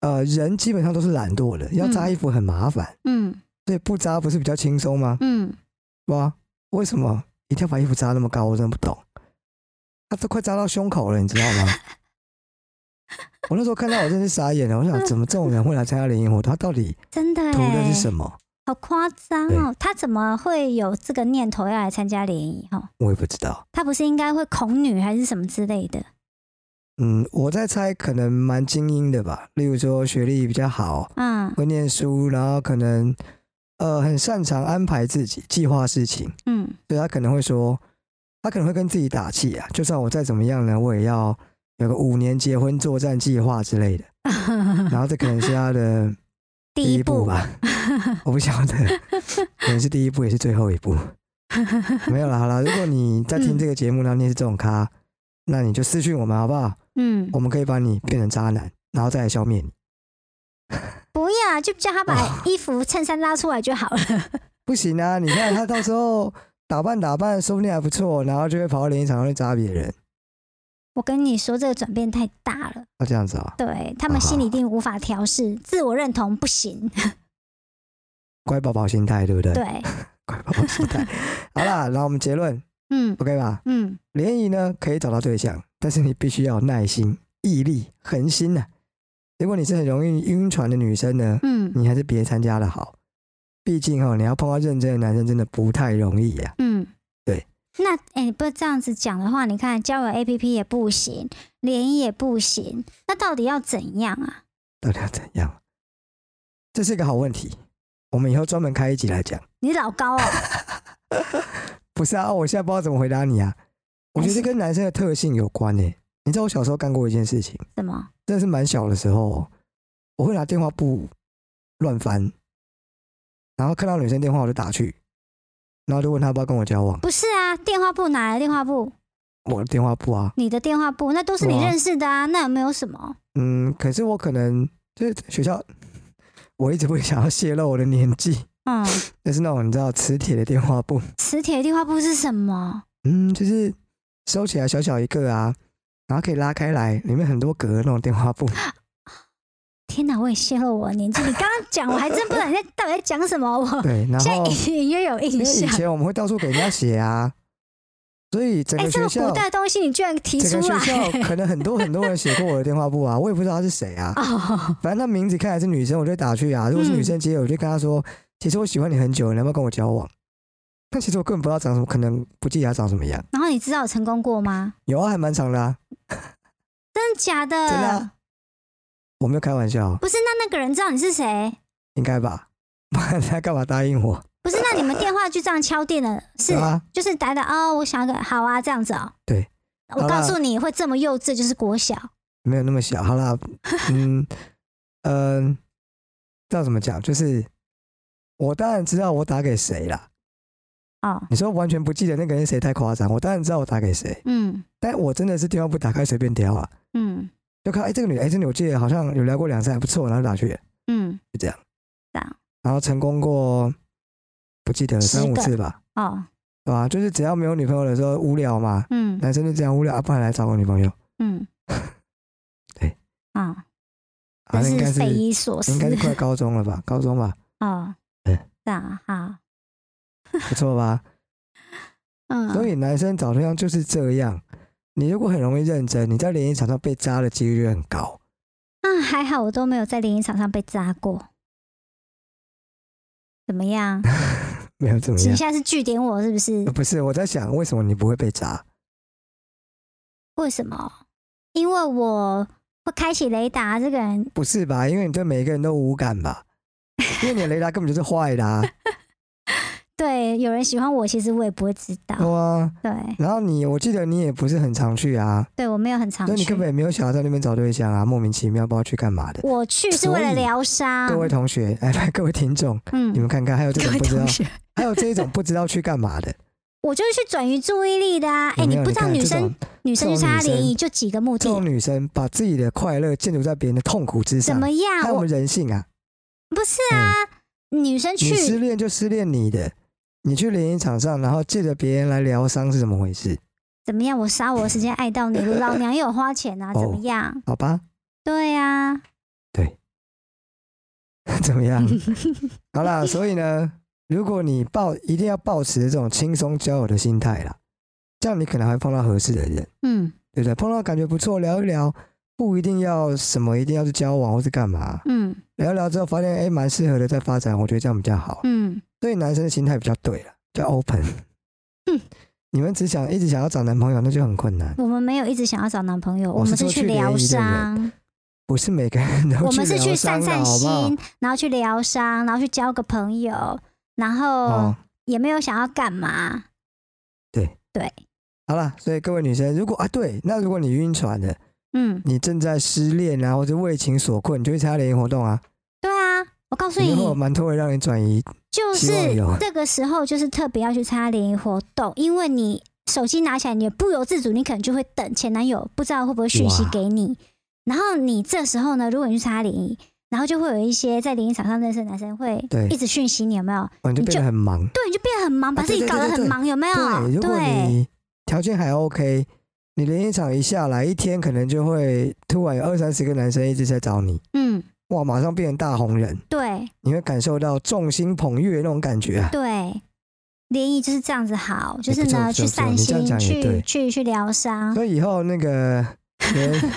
[SPEAKER 1] 呃，人基本上都是懒惰的，要扎
[SPEAKER 2] 嗯
[SPEAKER 1] 衣服很麻烦，
[SPEAKER 2] 嗯
[SPEAKER 1] 所以不扎不是比较轻松吗？
[SPEAKER 2] 嗯，
[SPEAKER 1] 哇，啊为什么一定要把衣服扎那么高？我真的不懂。他都快扎到胸口了，你知道吗？ 我那时候看到我真是傻眼了，我想怎么这种人会来参加联谊活动？他到底
[SPEAKER 2] 真的
[SPEAKER 1] 图的
[SPEAKER 2] 哎
[SPEAKER 1] 是，什么？
[SPEAKER 2] 好夸张哦！他怎么会有这个念头要来参加联谊？哈，
[SPEAKER 1] 我也不知道。
[SPEAKER 2] 他不是应该会恐女还是什么之类的？
[SPEAKER 1] 嗯，我在猜，可能蛮精英的吧，例如说学历比较好，
[SPEAKER 2] 嗯
[SPEAKER 1] 会念书，然后可能呃很擅长安排自己、计划事情，
[SPEAKER 2] 嗯
[SPEAKER 1] 所以他可能会说，他可能会跟自己打气啊，就算我再怎么样呢，我也要有个五年结婚作战计划之类的。然后这可能是他的
[SPEAKER 2] 第一
[SPEAKER 1] 步
[SPEAKER 2] 步，
[SPEAKER 1] 吧，我不晓得，可能是第一步也是最后一 步。没有啦，好啦，如果你在
[SPEAKER 2] 嗯
[SPEAKER 1] 听这个节目，然后你也是这种咖，那你就私讯我们好不好？
[SPEAKER 2] 嗯，
[SPEAKER 1] 我们可以把你变成渣男，然后再来消灭你。
[SPEAKER 2] 不要，就叫他
[SPEAKER 1] 哦
[SPEAKER 2] 把衣服衬衫拉出来就好了。
[SPEAKER 1] 不行啊，你看他到时候打扮打扮，说不定还不错，然后就会跑到联谊场上去扎别人。
[SPEAKER 2] 我跟你说，这个转变太大了，
[SPEAKER 1] 那这样子啊，
[SPEAKER 2] 对他们心里一定无法调试，自我认同不行。
[SPEAKER 1] 乖宝宝心态，对不对？
[SPEAKER 2] 对，
[SPEAKER 1] 乖宝宝心态。好啦，然后我们结论
[SPEAKER 2] 嗯
[SPEAKER 1] OK 吧？
[SPEAKER 2] 嗯
[SPEAKER 1] 联谊呢可以找到对象，但是你必须要有耐心、毅力、恒心呐、啊如果你是很容易晕船的女生呢，
[SPEAKER 2] 嗯
[SPEAKER 1] 你还是别参加了好。毕竟哦，你要碰到认真的男生真的不太容易啊呀、
[SPEAKER 2] 嗯，
[SPEAKER 1] 对。
[SPEAKER 2] 那哎，你不这样子讲的话，你看交友 A P P 也不行，联谊也不行，那到底要怎样啊？
[SPEAKER 1] 到底要怎样？这是一个好问题，我们以后专门开一集来讲。
[SPEAKER 2] 你老高 哦，
[SPEAKER 1] 不是啊，我现在不知道怎么回答你啊。我觉得这跟男生的特性有关诶、你知道我小时候干过一件事情，
[SPEAKER 2] 什么？
[SPEAKER 1] 真的是蛮小的时候哦，我会拿电话簿乱翻，然后看到女生电话我就打去，然后就问她要不要跟我交往。
[SPEAKER 2] 不是啊，电话簿哪来的电话簿？
[SPEAKER 1] 我的电话簿啊，
[SPEAKER 2] 你的电话簿那都是你
[SPEAKER 1] 我啊
[SPEAKER 2] 认识的啊，那有没有什么？
[SPEAKER 1] 嗯，可是我可能就是学校，我一直不想要泄露我的年纪，
[SPEAKER 2] 嗯，
[SPEAKER 1] 就是那种你知道磁铁的电话簿，
[SPEAKER 2] 磁铁的电话簿是什么？
[SPEAKER 1] 嗯，就是收起来小小一个啊，然后可以拉开来，里面很多格的那种电话簿。
[SPEAKER 2] 哦天哪，我也泄露我的年纪。你刚刚讲，我还真不知道你在到底在讲什么。我
[SPEAKER 1] 对，然
[SPEAKER 2] 现在
[SPEAKER 1] 后。
[SPEAKER 2] 隐隐约有
[SPEAKER 1] 因
[SPEAKER 2] 印
[SPEAKER 1] 为以
[SPEAKER 2] 象。
[SPEAKER 1] 前我们会到处给人家写啊，所以整
[SPEAKER 2] 哎、
[SPEAKER 1] 个
[SPEAKER 2] 这
[SPEAKER 1] 学
[SPEAKER 2] 么
[SPEAKER 1] 校
[SPEAKER 2] 古，代的东西你居然提出
[SPEAKER 1] 整个学
[SPEAKER 2] 来！
[SPEAKER 1] 校可能很多很多人写过我的电话簿啊，我也不知道他是谁啊。
[SPEAKER 2] 哦，
[SPEAKER 1] 反正他名字看来是女生，我就打去
[SPEAKER 2] 嗯
[SPEAKER 1] 啊。如果是女生接，我就跟他说，其实我喜欢你很久，你要不要跟我交往？但其实我根本不知道长什么，可能不记得他长什么样。
[SPEAKER 2] 然后你知道我成功过吗？
[SPEAKER 1] 有啊，还蛮长的啊，
[SPEAKER 2] 真的假的？
[SPEAKER 1] 真的啊我没有开玩笑，
[SPEAKER 2] 不是，那那个人知道你是谁？
[SPEAKER 1] 应该吧？ 不然他干嘛答应我？
[SPEAKER 2] 不是，那你们电话就这样敲定了？是，
[SPEAKER 1] 对啊，
[SPEAKER 2] 就是打打哦，我想要个好啊，这样子哦。
[SPEAKER 1] 对，
[SPEAKER 2] 我
[SPEAKER 1] 好啦
[SPEAKER 2] 告诉你会这么幼稚，就是国小。
[SPEAKER 1] 没有那么小。好 啦，嗯嗯，不知道怎么讲，就是我当然知道我打给谁啦。
[SPEAKER 2] 哦，
[SPEAKER 1] 你说完全不记得那个人是谁太夸张，我当然知道我打给谁，
[SPEAKER 2] 嗯
[SPEAKER 1] 但我真的是电话簿打开随便挑啊，
[SPEAKER 2] 嗯
[SPEAKER 1] 就看哎、这个女的哎、这个女我记得好像有聊过两次还不错，然后打去，
[SPEAKER 2] 嗯，
[SPEAKER 1] 就这样，
[SPEAKER 2] 这样
[SPEAKER 1] 然后成功过不记得
[SPEAKER 2] 十
[SPEAKER 1] 三五
[SPEAKER 2] 个
[SPEAKER 1] 次吧，
[SPEAKER 2] 哦，
[SPEAKER 1] 对吧、就是只要没有女朋友的时候无聊嘛，
[SPEAKER 2] 嗯
[SPEAKER 1] 男生就这样无聊，啊、不然来找个女朋友，
[SPEAKER 2] 嗯，
[SPEAKER 1] 对，
[SPEAKER 2] 啊、
[SPEAKER 1] 好像应该
[SPEAKER 2] 真
[SPEAKER 1] 是
[SPEAKER 2] 是匪夷所思
[SPEAKER 1] 应该是快高中了吧，高中吧，
[SPEAKER 2] 哦。
[SPEAKER 1] 对
[SPEAKER 2] 是啊，好，
[SPEAKER 1] 不错吧？
[SPEAKER 2] 嗯，
[SPEAKER 1] 所以男生找对象就是这样。你如果很容易认真，你在联谊场上被扎的几率就很高。
[SPEAKER 2] 啊，还好我都没有在联谊场上被扎过。怎么样？
[SPEAKER 1] 没有怎么
[SPEAKER 2] 你
[SPEAKER 1] 样，
[SPEAKER 2] 现在是据点我是不是
[SPEAKER 1] 呃？不是我在想，为什么你不会被扎？
[SPEAKER 2] 为什么？因为我会开启雷达，这个人
[SPEAKER 1] 不是吧？因为你对每一个人都无感 吧？因为你的雷达根本就是坏的、啊，
[SPEAKER 2] 对有人喜欢我，其实我也不会知道。
[SPEAKER 1] 对啊。
[SPEAKER 2] 对，
[SPEAKER 1] 然后你，我记得你也不是很常去啊，
[SPEAKER 2] 对我没有很常
[SPEAKER 1] 所以你
[SPEAKER 2] 去
[SPEAKER 1] 根。本也没有想要在那边找对象啊，莫名其妙不知道去干嘛的。
[SPEAKER 2] 我去是为了
[SPEAKER 1] 所以
[SPEAKER 2] 疗伤。
[SPEAKER 1] 各位同学， 哎，不各位听众，你
[SPEAKER 2] 嗯，
[SPEAKER 1] 们看看，还有这
[SPEAKER 2] 各
[SPEAKER 1] 种
[SPEAKER 2] 位
[SPEAKER 1] 不知道
[SPEAKER 2] 同，学，
[SPEAKER 1] 还有这一种不知道去干嘛的。
[SPEAKER 2] 我就是去转移注意力的啊。 哎、
[SPEAKER 1] 有没
[SPEAKER 2] 你
[SPEAKER 1] 有
[SPEAKER 2] 不知道
[SPEAKER 1] 看
[SPEAKER 2] 女
[SPEAKER 1] 这种
[SPEAKER 2] 生女生
[SPEAKER 1] 这
[SPEAKER 2] 去
[SPEAKER 1] 种
[SPEAKER 2] 参
[SPEAKER 1] 女
[SPEAKER 2] 加联
[SPEAKER 1] 生
[SPEAKER 2] 谊就几个目
[SPEAKER 1] 这种
[SPEAKER 2] 的，
[SPEAKER 1] 女生把自己的快乐建筑在别人的痛苦之
[SPEAKER 2] 怎
[SPEAKER 1] 上，
[SPEAKER 2] 么样？
[SPEAKER 1] 看我
[SPEAKER 2] 我
[SPEAKER 1] 们人性啊，嗯
[SPEAKER 2] 不是啊，女生
[SPEAKER 1] 你失
[SPEAKER 2] 去
[SPEAKER 1] 恋就失恋你的，你去联谊场上，然后借着别人来疗伤是怎么回事？
[SPEAKER 2] 怎么样？我杀我时间爱到你， 老娘也有花钱啊，怎么
[SPEAKER 1] 哦
[SPEAKER 2] 样？
[SPEAKER 1] 好吧，
[SPEAKER 2] 对啊，
[SPEAKER 1] 怎么 样？好啦，所以呢，如果你抱一定要抱持这种轻松交友的心态啦，这样你可能还会碰到合适的人，
[SPEAKER 2] 嗯
[SPEAKER 1] 对不对？碰到感觉不错，聊一聊，不一定要什么，一定要去交往或是干嘛。
[SPEAKER 2] 嗯
[SPEAKER 1] 聊一聊之后发现，哎、蛮适合的，再发展，我觉得这样比较好。
[SPEAKER 2] 嗯，
[SPEAKER 1] 所以男生的心态比较对了，比较 open。
[SPEAKER 2] 嗯
[SPEAKER 1] 你们只想一直想要找男朋友，那就很困难。
[SPEAKER 2] 我们没有一直想要找男朋友，
[SPEAKER 1] 我
[SPEAKER 2] 我们
[SPEAKER 1] 是
[SPEAKER 2] 是
[SPEAKER 1] 说
[SPEAKER 2] 去
[SPEAKER 1] 去联
[SPEAKER 2] 疗
[SPEAKER 1] 谊的人
[SPEAKER 2] 伤，
[SPEAKER 1] 不是每个人都
[SPEAKER 2] 我们是去
[SPEAKER 1] 疗
[SPEAKER 2] 散
[SPEAKER 1] 伤
[SPEAKER 2] 散
[SPEAKER 1] 的，好不好？
[SPEAKER 2] 心，然后去疗伤，然后去交个朋友，然后
[SPEAKER 1] 哦，
[SPEAKER 2] 也没有想要干嘛。
[SPEAKER 1] 好了，所以各位女生，如果啊对，那如果你晕船了，
[SPEAKER 2] 嗯，
[SPEAKER 1] 你正在失恋啊，或者为情所困，你就去参加联谊活动啊，
[SPEAKER 2] 对啊，我告诉
[SPEAKER 1] 里
[SPEAKER 2] 你
[SPEAKER 1] 面，会有蛮多人让你转移。
[SPEAKER 2] 就
[SPEAKER 1] 希望
[SPEAKER 2] 是
[SPEAKER 1] 有
[SPEAKER 2] 这个时候就是特别要去参加联谊活动，因为你手机拿起来，你不由自主，你可能就会等前男友不知道会不会讯息
[SPEAKER 1] 哇
[SPEAKER 2] 给你。然后你这时候呢，如果你去参加联谊，然后就会有一些在联谊场上认识的男生会
[SPEAKER 1] 对
[SPEAKER 2] 一直讯息你，有没有？
[SPEAKER 1] 哦，你就变
[SPEAKER 2] 你就
[SPEAKER 1] 得很忙。
[SPEAKER 2] 对，你就变得很忙，把
[SPEAKER 1] 啊
[SPEAKER 2] 自
[SPEAKER 1] 对
[SPEAKER 2] 己
[SPEAKER 1] 对
[SPEAKER 2] 搞得
[SPEAKER 1] 对
[SPEAKER 2] 很
[SPEAKER 1] 对
[SPEAKER 2] 忙，有没
[SPEAKER 1] 对，
[SPEAKER 2] 有？
[SPEAKER 1] 如果
[SPEAKER 2] 对，
[SPEAKER 1] 你条件还 OK，你联谊场一下来，一天可能就会突然有二三十个男生一直在找你，
[SPEAKER 2] 嗯，
[SPEAKER 1] 哇，马上变成大红人，
[SPEAKER 2] 对
[SPEAKER 1] 你会感受到众星捧月那种感觉啊。
[SPEAKER 2] 对。联谊就是这样子好，就
[SPEAKER 1] 哎
[SPEAKER 2] 是
[SPEAKER 1] 不错
[SPEAKER 2] 呢，
[SPEAKER 1] 不错
[SPEAKER 2] 去
[SPEAKER 1] 不错
[SPEAKER 2] 散
[SPEAKER 1] 你这样
[SPEAKER 2] 心，
[SPEAKER 1] 讲也对
[SPEAKER 2] 去去去疗伤，
[SPEAKER 1] 所以以后那个人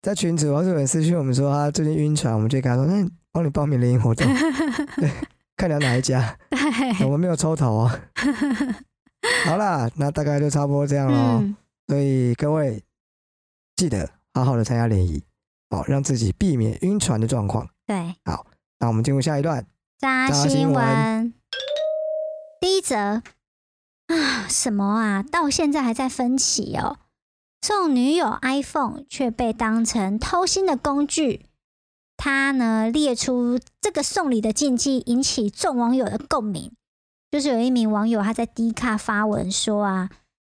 [SPEAKER 1] 在群组或者有人私讯我们说他最近晕船，我们就跟他说，那帮你报名联谊活动， 对，看你要哪一家，我
[SPEAKER 2] 对，
[SPEAKER 1] 们没有抽头哦。 好啦，那大概就差不多这样喽。
[SPEAKER 2] 嗯，
[SPEAKER 1] 所以各位记得好好的参加联谊，好让自己避免晕船的状况。
[SPEAKER 2] 对。
[SPEAKER 1] 那我们进入下一段，
[SPEAKER 2] 扎
[SPEAKER 1] 扎
[SPEAKER 2] 新
[SPEAKER 1] 新
[SPEAKER 2] 闻
[SPEAKER 1] 闻。
[SPEAKER 2] 第一则啊，什么啊？到现在还在分歧哦。送女友 iPhone 却被当成偷心的工具。他呢列出这个送礼的禁忌，引起众网友的共鸣。就是有一名网友他在 D 卡发文说啊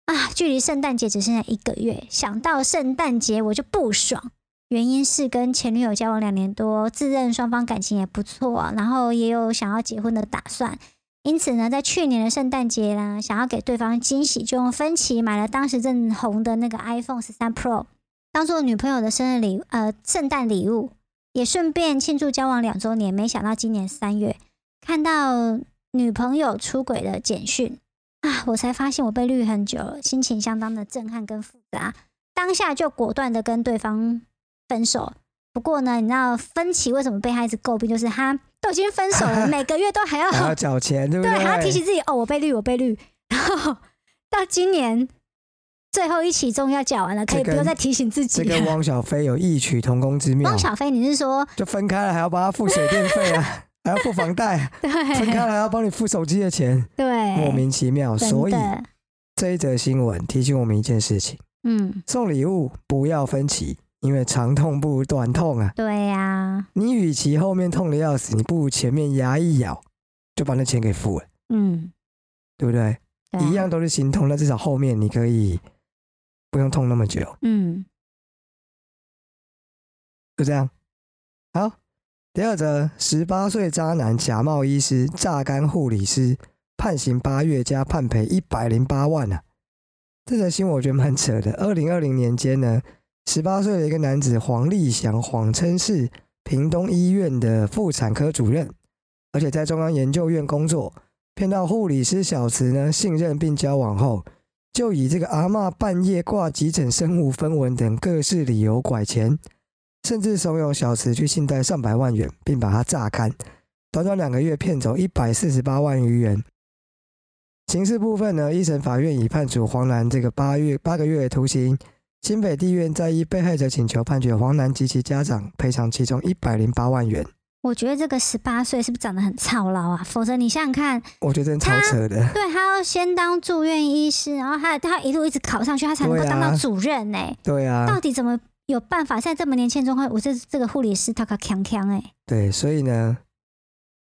[SPEAKER 2] 啊，距离圣诞节只剩下一个月，想到圣诞节我就不爽。原因是跟前女友交往两年多，自认双方感情也不错，然后也有想要结婚的打算。因此呢，在去年的圣诞节呢，想要给对方惊喜，就用分期买了当时正红的那个 iPhone 十三 Pro，当做女朋友的生日礼呃圣诞礼物，也顺便庆祝交往两周年。没想到今年三月看到女朋友出轨的简讯啊，我才发现我被绿很久了，心情相当的震撼跟复杂，当下就果断的跟对方分手。不过呢，你知道芬奇为什么被他一直诟病，就是他都已经分手了，每个月都还要
[SPEAKER 1] 还要缴钱，对不
[SPEAKER 2] 对，
[SPEAKER 1] 对？
[SPEAKER 2] 还要提醒自己哦，我被绿，我被绿。 然后到今年最后一期终于要讲完了，可以
[SPEAKER 1] 这跟
[SPEAKER 2] 不用再提醒自己
[SPEAKER 1] 这
[SPEAKER 2] 了。
[SPEAKER 1] 跟汪小菲有异曲同工之妙
[SPEAKER 2] 汪，小菲，你是说
[SPEAKER 1] 就分开了还要帮他付水电费 啊，还要付房贷，
[SPEAKER 2] 对
[SPEAKER 1] 分开了还要帮你付手机的钱，
[SPEAKER 2] 对
[SPEAKER 1] 莫名其妙。
[SPEAKER 2] 真
[SPEAKER 1] 所以
[SPEAKER 2] 的
[SPEAKER 1] 这一则新闻提醒我们一件事情：
[SPEAKER 2] 嗯，
[SPEAKER 1] 送礼物不要分期，因为长痛不如短痛啊！
[SPEAKER 2] 对呀、
[SPEAKER 1] 你与其后面痛的要死，你不如前面牙一咬就把那钱给付了，
[SPEAKER 2] 嗯，
[SPEAKER 1] 对不对？
[SPEAKER 2] 对、啊
[SPEAKER 1] 一，样都是心痛，那至少后面你可以不用痛那么久，
[SPEAKER 2] 嗯
[SPEAKER 1] 就这样。好，第二则，十八岁渣男假冒医师榨干护理师，判刑八月加判赔一百零八万啊！这则新闻我觉得蛮扯的。二零二零年间呢，十八岁的一个男子黄立祥谎称是屏东医院的妇产科主任，而且在中央研究院工作，骗到护理师小慈呢信任并交往后，就以这个阿嬷半夜挂急诊身无分文等各式理由拐钱，甚至怂恿小慈去信贷上百万元，并把他榨干。短短两个月骗走一百四十八万余元。刑事部分呢，一审法院已判处黄楠这个八月八个月的徒刑。新北地院再依被害者请求，判决黄楠及其家长赔偿其中一百零八万元。
[SPEAKER 2] 我觉得这个十八岁是不是长得很操劳啊？否则你想想看，
[SPEAKER 1] 我觉得真超扯的。
[SPEAKER 2] 对他要先当住院医师，然后他他一路一直考上去，他才能够
[SPEAKER 1] 对啊
[SPEAKER 2] 当到主任呢、
[SPEAKER 1] 对啊
[SPEAKER 2] 到，底怎么有办法在这么年轻的状况？我这这个护理师他可强强哎，
[SPEAKER 1] 对，所以呢，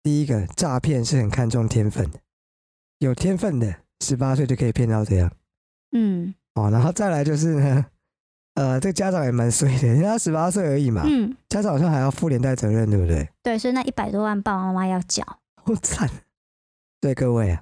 [SPEAKER 1] 第一个诈骗是很看重天分的，有天分的十八岁就可以骗到这样
[SPEAKER 2] 嗯，
[SPEAKER 1] 哦。然后再来就是呢，呃，这个家长也蛮衰的，因为他十八岁而已嘛，
[SPEAKER 2] 嗯，
[SPEAKER 1] 家长好像还要负连带责任，对不对？
[SPEAKER 2] 对，所以那一百多万爸爸妈妈要缴。
[SPEAKER 1] 好惨。对各位啊，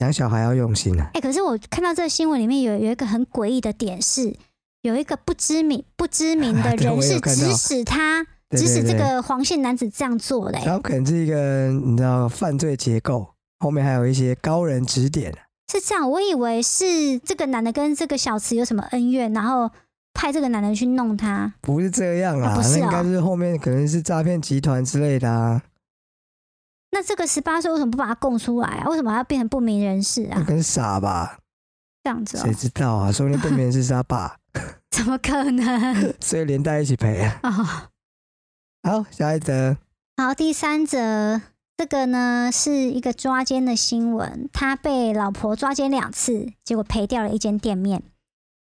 [SPEAKER 1] 养小孩要用心啊。
[SPEAKER 2] 哎、可是我看到这个新闻里面有有一个很诡异的点是，有一个不知名不知名 的
[SPEAKER 1] 对
[SPEAKER 2] 人
[SPEAKER 1] 我有
[SPEAKER 2] 是
[SPEAKER 1] 看
[SPEAKER 2] 指
[SPEAKER 1] 到
[SPEAKER 2] 使他
[SPEAKER 1] 对
[SPEAKER 2] 指
[SPEAKER 1] 对
[SPEAKER 2] 使这
[SPEAKER 1] 对
[SPEAKER 2] 个黄姓男子这样做的、欸
[SPEAKER 1] 然后可能是一个你知道犯罪结构，后面还有一些高人指点。啊
[SPEAKER 2] 是这样，我以为是这个男的跟这个小慈有什么恩怨，然后派这个男的去弄他。
[SPEAKER 1] 不是这样啦，
[SPEAKER 2] 啊不是
[SPEAKER 1] 那应
[SPEAKER 2] 哦
[SPEAKER 1] 该是后面可能是诈骗集团之类的啊，
[SPEAKER 2] 那这个十八岁为什么不把他供出来啊？为什么要变成不明人士
[SPEAKER 1] 那
[SPEAKER 2] 啊？
[SPEAKER 1] 跟傻吧，
[SPEAKER 2] 这样子哦、
[SPEAKER 1] 嗯谁知道啊？说不定不明是他 爸，
[SPEAKER 2] 怎么可能
[SPEAKER 1] 所以连带一起赔啊。
[SPEAKER 2] 哦？
[SPEAKER 1] 好，下一则，
[SPEAKER 2] 好，第三则这个呢是一个抓奸的新闻，他被老婆抓奸两次，结果赔掉了一间店面。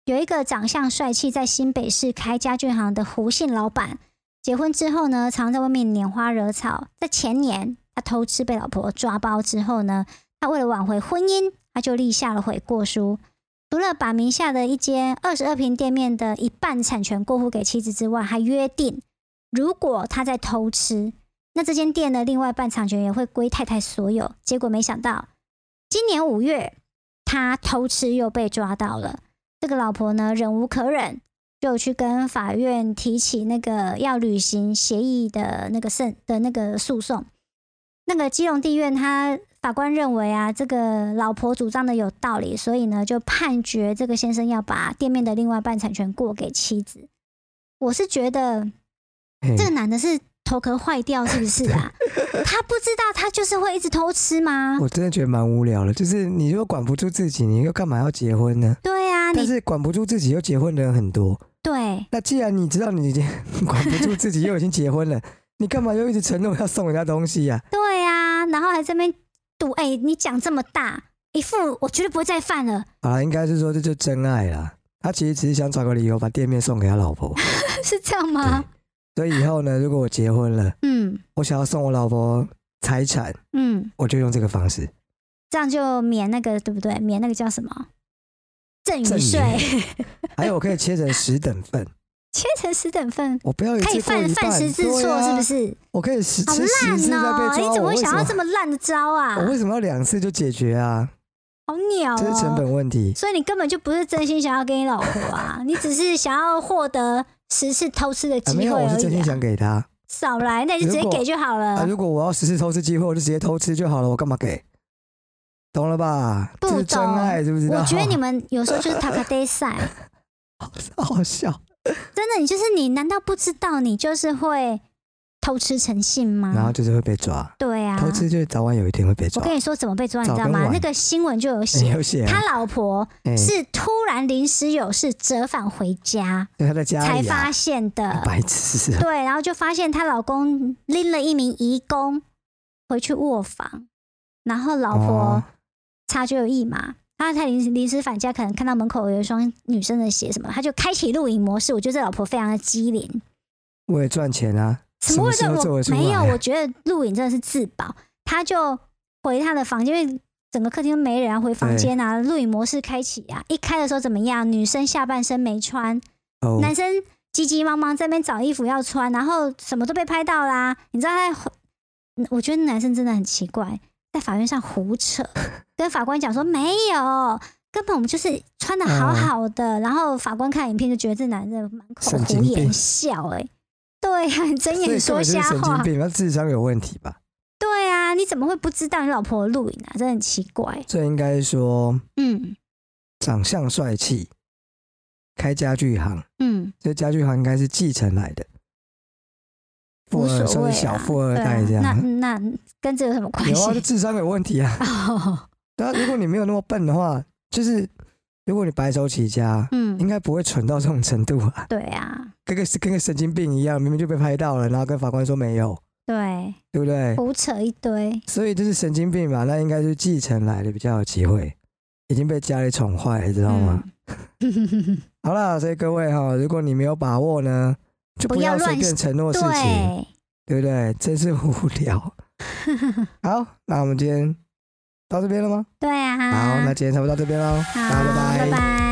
[SPEAKER 2] 有一个长相帅气，在新北市开家具行的胡姓老板，结婚之后呢，常在外面拈花惹草。在前年，他偷吃被老婆抓包之后呢，他为了挽回婚姻，他就立下了悔过书。除了把名下的一间二十二平店面的一半产权过户给妻子之外，还约定，如果他在偷吃，那这间店的另外一半产权也会归太太所有。结果没想到，今年五月他偷吃又被抓到了。这个老婆呢，忍无可忍，就去跟法院提起那个要履行协议的那个胜的那个诉讼。那个基隆地院他法官认为啊，这个老婆主张的有道理，所以呢就判决这个先生要把店面的另外一半产权过给妻子。我是觉得
[SPEAKER 1] 嘿
[SPEAKER 2] 这个男的是头壳坏掉是不 是啊？他不知道他就是会一直偷吃吗？
[SPEAKER 1] 我真的觉得蛮无聊的，就是你如果管不住自己，你又干嘛要结婚呢？
[SPEAKER 2] 对啊，
[SPEAKER 1] 但
[SPEAKER 2] 你
[SPEAKER 1] 是管不住自己又结婚的人很多，
[SPEAKER 2] 对
[SPEAKER 1] 那既然你知道你已经管不住自己又已经结婚了， 你干嘛又一直承诺要送人家东西呀、
[SPEAKER 2] 对啊，然后还这边赌，哎、你讲这么大，一副我绝对不会再犯了，
[SPEAKER 1] 啊？好啦，应该是说这就真爱啦。他其实只是想找个理由把店面送给他老 婆。
[SPEAKER 2] 是这样吗？
[SPEAKER 1] 对，所以以后呢，如果我结婚了，
[SPEAKER 2] 嗯
[SPEAKER 1] 我想要送我老婆财产，
[SPEAKER 2] 嗯，
[SPEAKER 1] 我就用这个方式。
[SPEAKER 2] 这样就免那个对不对？免那个叫什么赠与
[SPEAKER 1] 赠与
[SPEAKER 2] 税，
[SPEAKER 1] 还有，我可以切成十等份，
[SPEAKER 2] 切成十等份。
[SPEAKER 1] 我不要一
[SPEAKER 2] 可以
[SPEAKER 1] 次过
[SPEAKER 2] 犯
[SPEAKER 1] 一
[SPEAKER 2] 犯
[SPEAKER 1] 半
[SPEAKER 2] 十字
[SPEAKER 1] 对
[SPEAKER 2] 错
[SPEAKER 1] 啊
[SPEAKER 2] 是不是？
[SPEAKER 1] 我可以十
[SPEAKER 2] 好
[SPEAKER 1] 吃十次再
[SPEAKER 2] 烂
[SPEAKER 1] 被
[SPEAKER 2] 哦！
[SPEAKER 1] 抓，
[SPEAKER 2] 你怎
[SPEAKER 1] 我
[SPEAKER 2] 么会
[SPEAKER 1] 为什
[SPEAKER 2] 想
[SPEAKER 1] 么
[SPEAKER 2] 到这么烂的招啊？
[SPEAKER 1] 我为什么要两次就解决啊？
[SPEAKER 2] 好鸟
[SPEAKER 1] 这是成
[SPEAKER 2] 哦！
[SPEAKER 1] 本问题。
[SPEAKER 2] 所以你根本就不是真心想要给你老婆啊，你只是想要获得十次偷吃的
[SPEAKER 1] 啊，
[SPEAKER 2] 机
[SPEAKER 1] 没
[SPEAKER 2] 会
[SPEAKER 1] 有，我是
[SPEAKER 2] 而
[SPEAKER 1] 真
[SPEAKER 2] 已、
[SPEAKER 1] 心
[SPEAKER 2] 啊。嗯
[SPEAKER 1] 想给他
[SPEAKER 2] 少来，那你就直接
[SPEAKER 1] 如果
[SPEAKER 2] 给就好
[SPEAKER 1] 啊。
[SPEAKER 2] 了。
[SPEAKER 1] 如果我要十次偷吃机会，我就直接偷吃就好了，我干嘛给？懂了吧？
[SPEAKER 2] 不
[SPEAKER 1] 这是真
[SPEAKER 2] 懂
[SPEAKER 1] 爱，知不知道？
[SPEAKER 2] 我觉得你们有时候就是塔卡 day 赛，
[SPEAKER 1] 好笑。
[SPEAKER 2] 真的，你就是你，难道不知道你就是会偷吃成性
[SPEAKER 1] 然后
[SPEAKER 2] 吗？
[SPEAKER 1] 就是会被抓，
[SPEAKER 2] 对嗯啊，
[SPEAKER 1] 偷吃就是早晚有一天会被
[SPEAKER 2] 我
[SPEAKER 1] 抓。
[SPEAKER 2] 跟你说怎么被抓，你知道
[SPEAKER 1] 早
[SPEAKER 2] 吗
[SPEAKER 1] 跟？晚
[SPEAKER 2] 那个新闻就有
[SPEAKER 1] 你
[SPEAKER 2] 写，
[SPEAKER 1] 有写啊
[SPEAKER 2] 他？老婆
[SPEAKER 1] 哎
[SPEAKER 2] 是突然临时有事折返回家
[SPEAKER 1] 对他在家
[SPEAKER 2] 才
[SPEAKER 1] 里啊
[SPEAKER 2] 发，现的，
[SPEAKER 1] 白痴啊！
[SPEAKER 2] 对，然后就发现她老公拎了一名遗工回去卧房，然后老婆
[SPEAKER 1] 哦
[SPEAKER 2] 察觉有异嘛，然后她临临时返家，可能看到门口有一双女生的鞋什么，她就开启录影模式。我觉得这老婆非常的机灵，
[SPEAKER 1] 为了赚钱啊，
[SPEAKER 2] 什么
[SPEAKER 1] 么
[SPEAKER 2] 味
[SPEAKER 1] 时
[SPEAKER 2] 道
[SPEAKER 1] 候做
[SPEAKER 2] 我
[SPEAKER 1] 得出来啊？
[SPEAKER 2] 没有，我觉得录影真的是自保。她就回她的房间，因为整个客厅都没人啊，回房
[SPEAKER 1] 对
[SPEAKER 2] 间啊，录影模式开启啊，一开的时候怎么样？女生下半身没穿，
[SPEAKER 1] 哦
[SPEAKER 2] 男生急急忙忙在那边找衣服要穿，然后什么都被拍到啦。你知道他在，嗯我觉得男生真的很奇怪，在法院上胡扯，跟法官讲说没有，根本我们就是穿的
[SPEAKER 1] 嗯
[SPEAKER 2] 好好的。然后法官看影片就觉得这男人满口
[SPEAKER 1] 神
[SPEAKER 2] 胡
[SPEAKER 1] 经病
[SPEAKER 2] 言笑、欸，哎，对呀、你睁
[SPEAKER 1] 所以
[SPEAKER 2] 眼
[SPEAKER 1] 根
[SPEAKER 2] 说
[SPEAKER 1] 本就是
[SPEAKER 2] 瞎
[SPEAKER 1] 神经
[SPEAKER 2] 话，
[SPEAKER 1] 病，他智商有问题吧？
[SPEAKER 2] 对啊，你怎么会不知道你老婆的录影啊？真的很奇怪。
[SPEAKER 1] 这应该说
[SPEAKER 2] 嗯
[SPEAKER 1] 长相帅气，开家具行，
[SPEAKER 2] 嗯，
[SPEAKER 1] 这家具行应该是继承来的，富
[SPEAKER 2] 无
[SPEAKER 1] 二
[SPEAKER 2] 所
[SPEAKER 1] 算
[SPEAKER 2] 谓
[SPEAKER 1] 是小
[SPEAKER 2] 啊
[SPEAKER 1] 富二
[SPEAKER 2] 对啊
[SPEAKER 1] 代这样。
[SPEAKER 2] 那那跟这有什么关
[SPEAKER 1] 有啊，这
[SPEAKER 2] 系？
[SPEAKER 1] 智商有问题啊！
[SPEAKER 2] 哦，
[SPEAKER 1] 但如果你没有那么笨的话，就是如果你白手起家，应
[SPEAKER 2] 嗯，
[SPEAKER 1] 该不会蠢到这种程度啊，
[SPEAKER 2] 对啊。
[SPEAKER 1] 跟个跟个神经病一样，明明就被拍到了，然后跟法官说没有，
[SPEAKER 2] 对，
[SPEAKER 1] 对不对？
[SPEAKER 2] 胡扯一堆。
[SPEAKER 1] 所以这是神经病嘛，那应该是继承来的比较有机会，已经被家里宠坏了，知道吗？
[SPEAKER 2] 嗯
[SPEAKER 1] 好啦，所以各位哈、如果你没有把握呢，就
[SPEAKER 2] 不
[SPEAKER 1] 不
[SPEAKER 2] 要
[SPEAKER 1] 要随
[SPEAKER 2] 乱
[SPEAKER 1] 便承诺事情，对
[SPEAKER 2] 对，
[SPEAKER 1] 不对？真是无 聊。好，那我们今天到这边了吗？
[SPEAKER 2] 对啊。
[SPEAKER 1] 好，那今天差不多到这边喽，大
[SPEAKER 2] 好
[SPEAKER 1] 家拜
[SPEAKER 2] 拜拜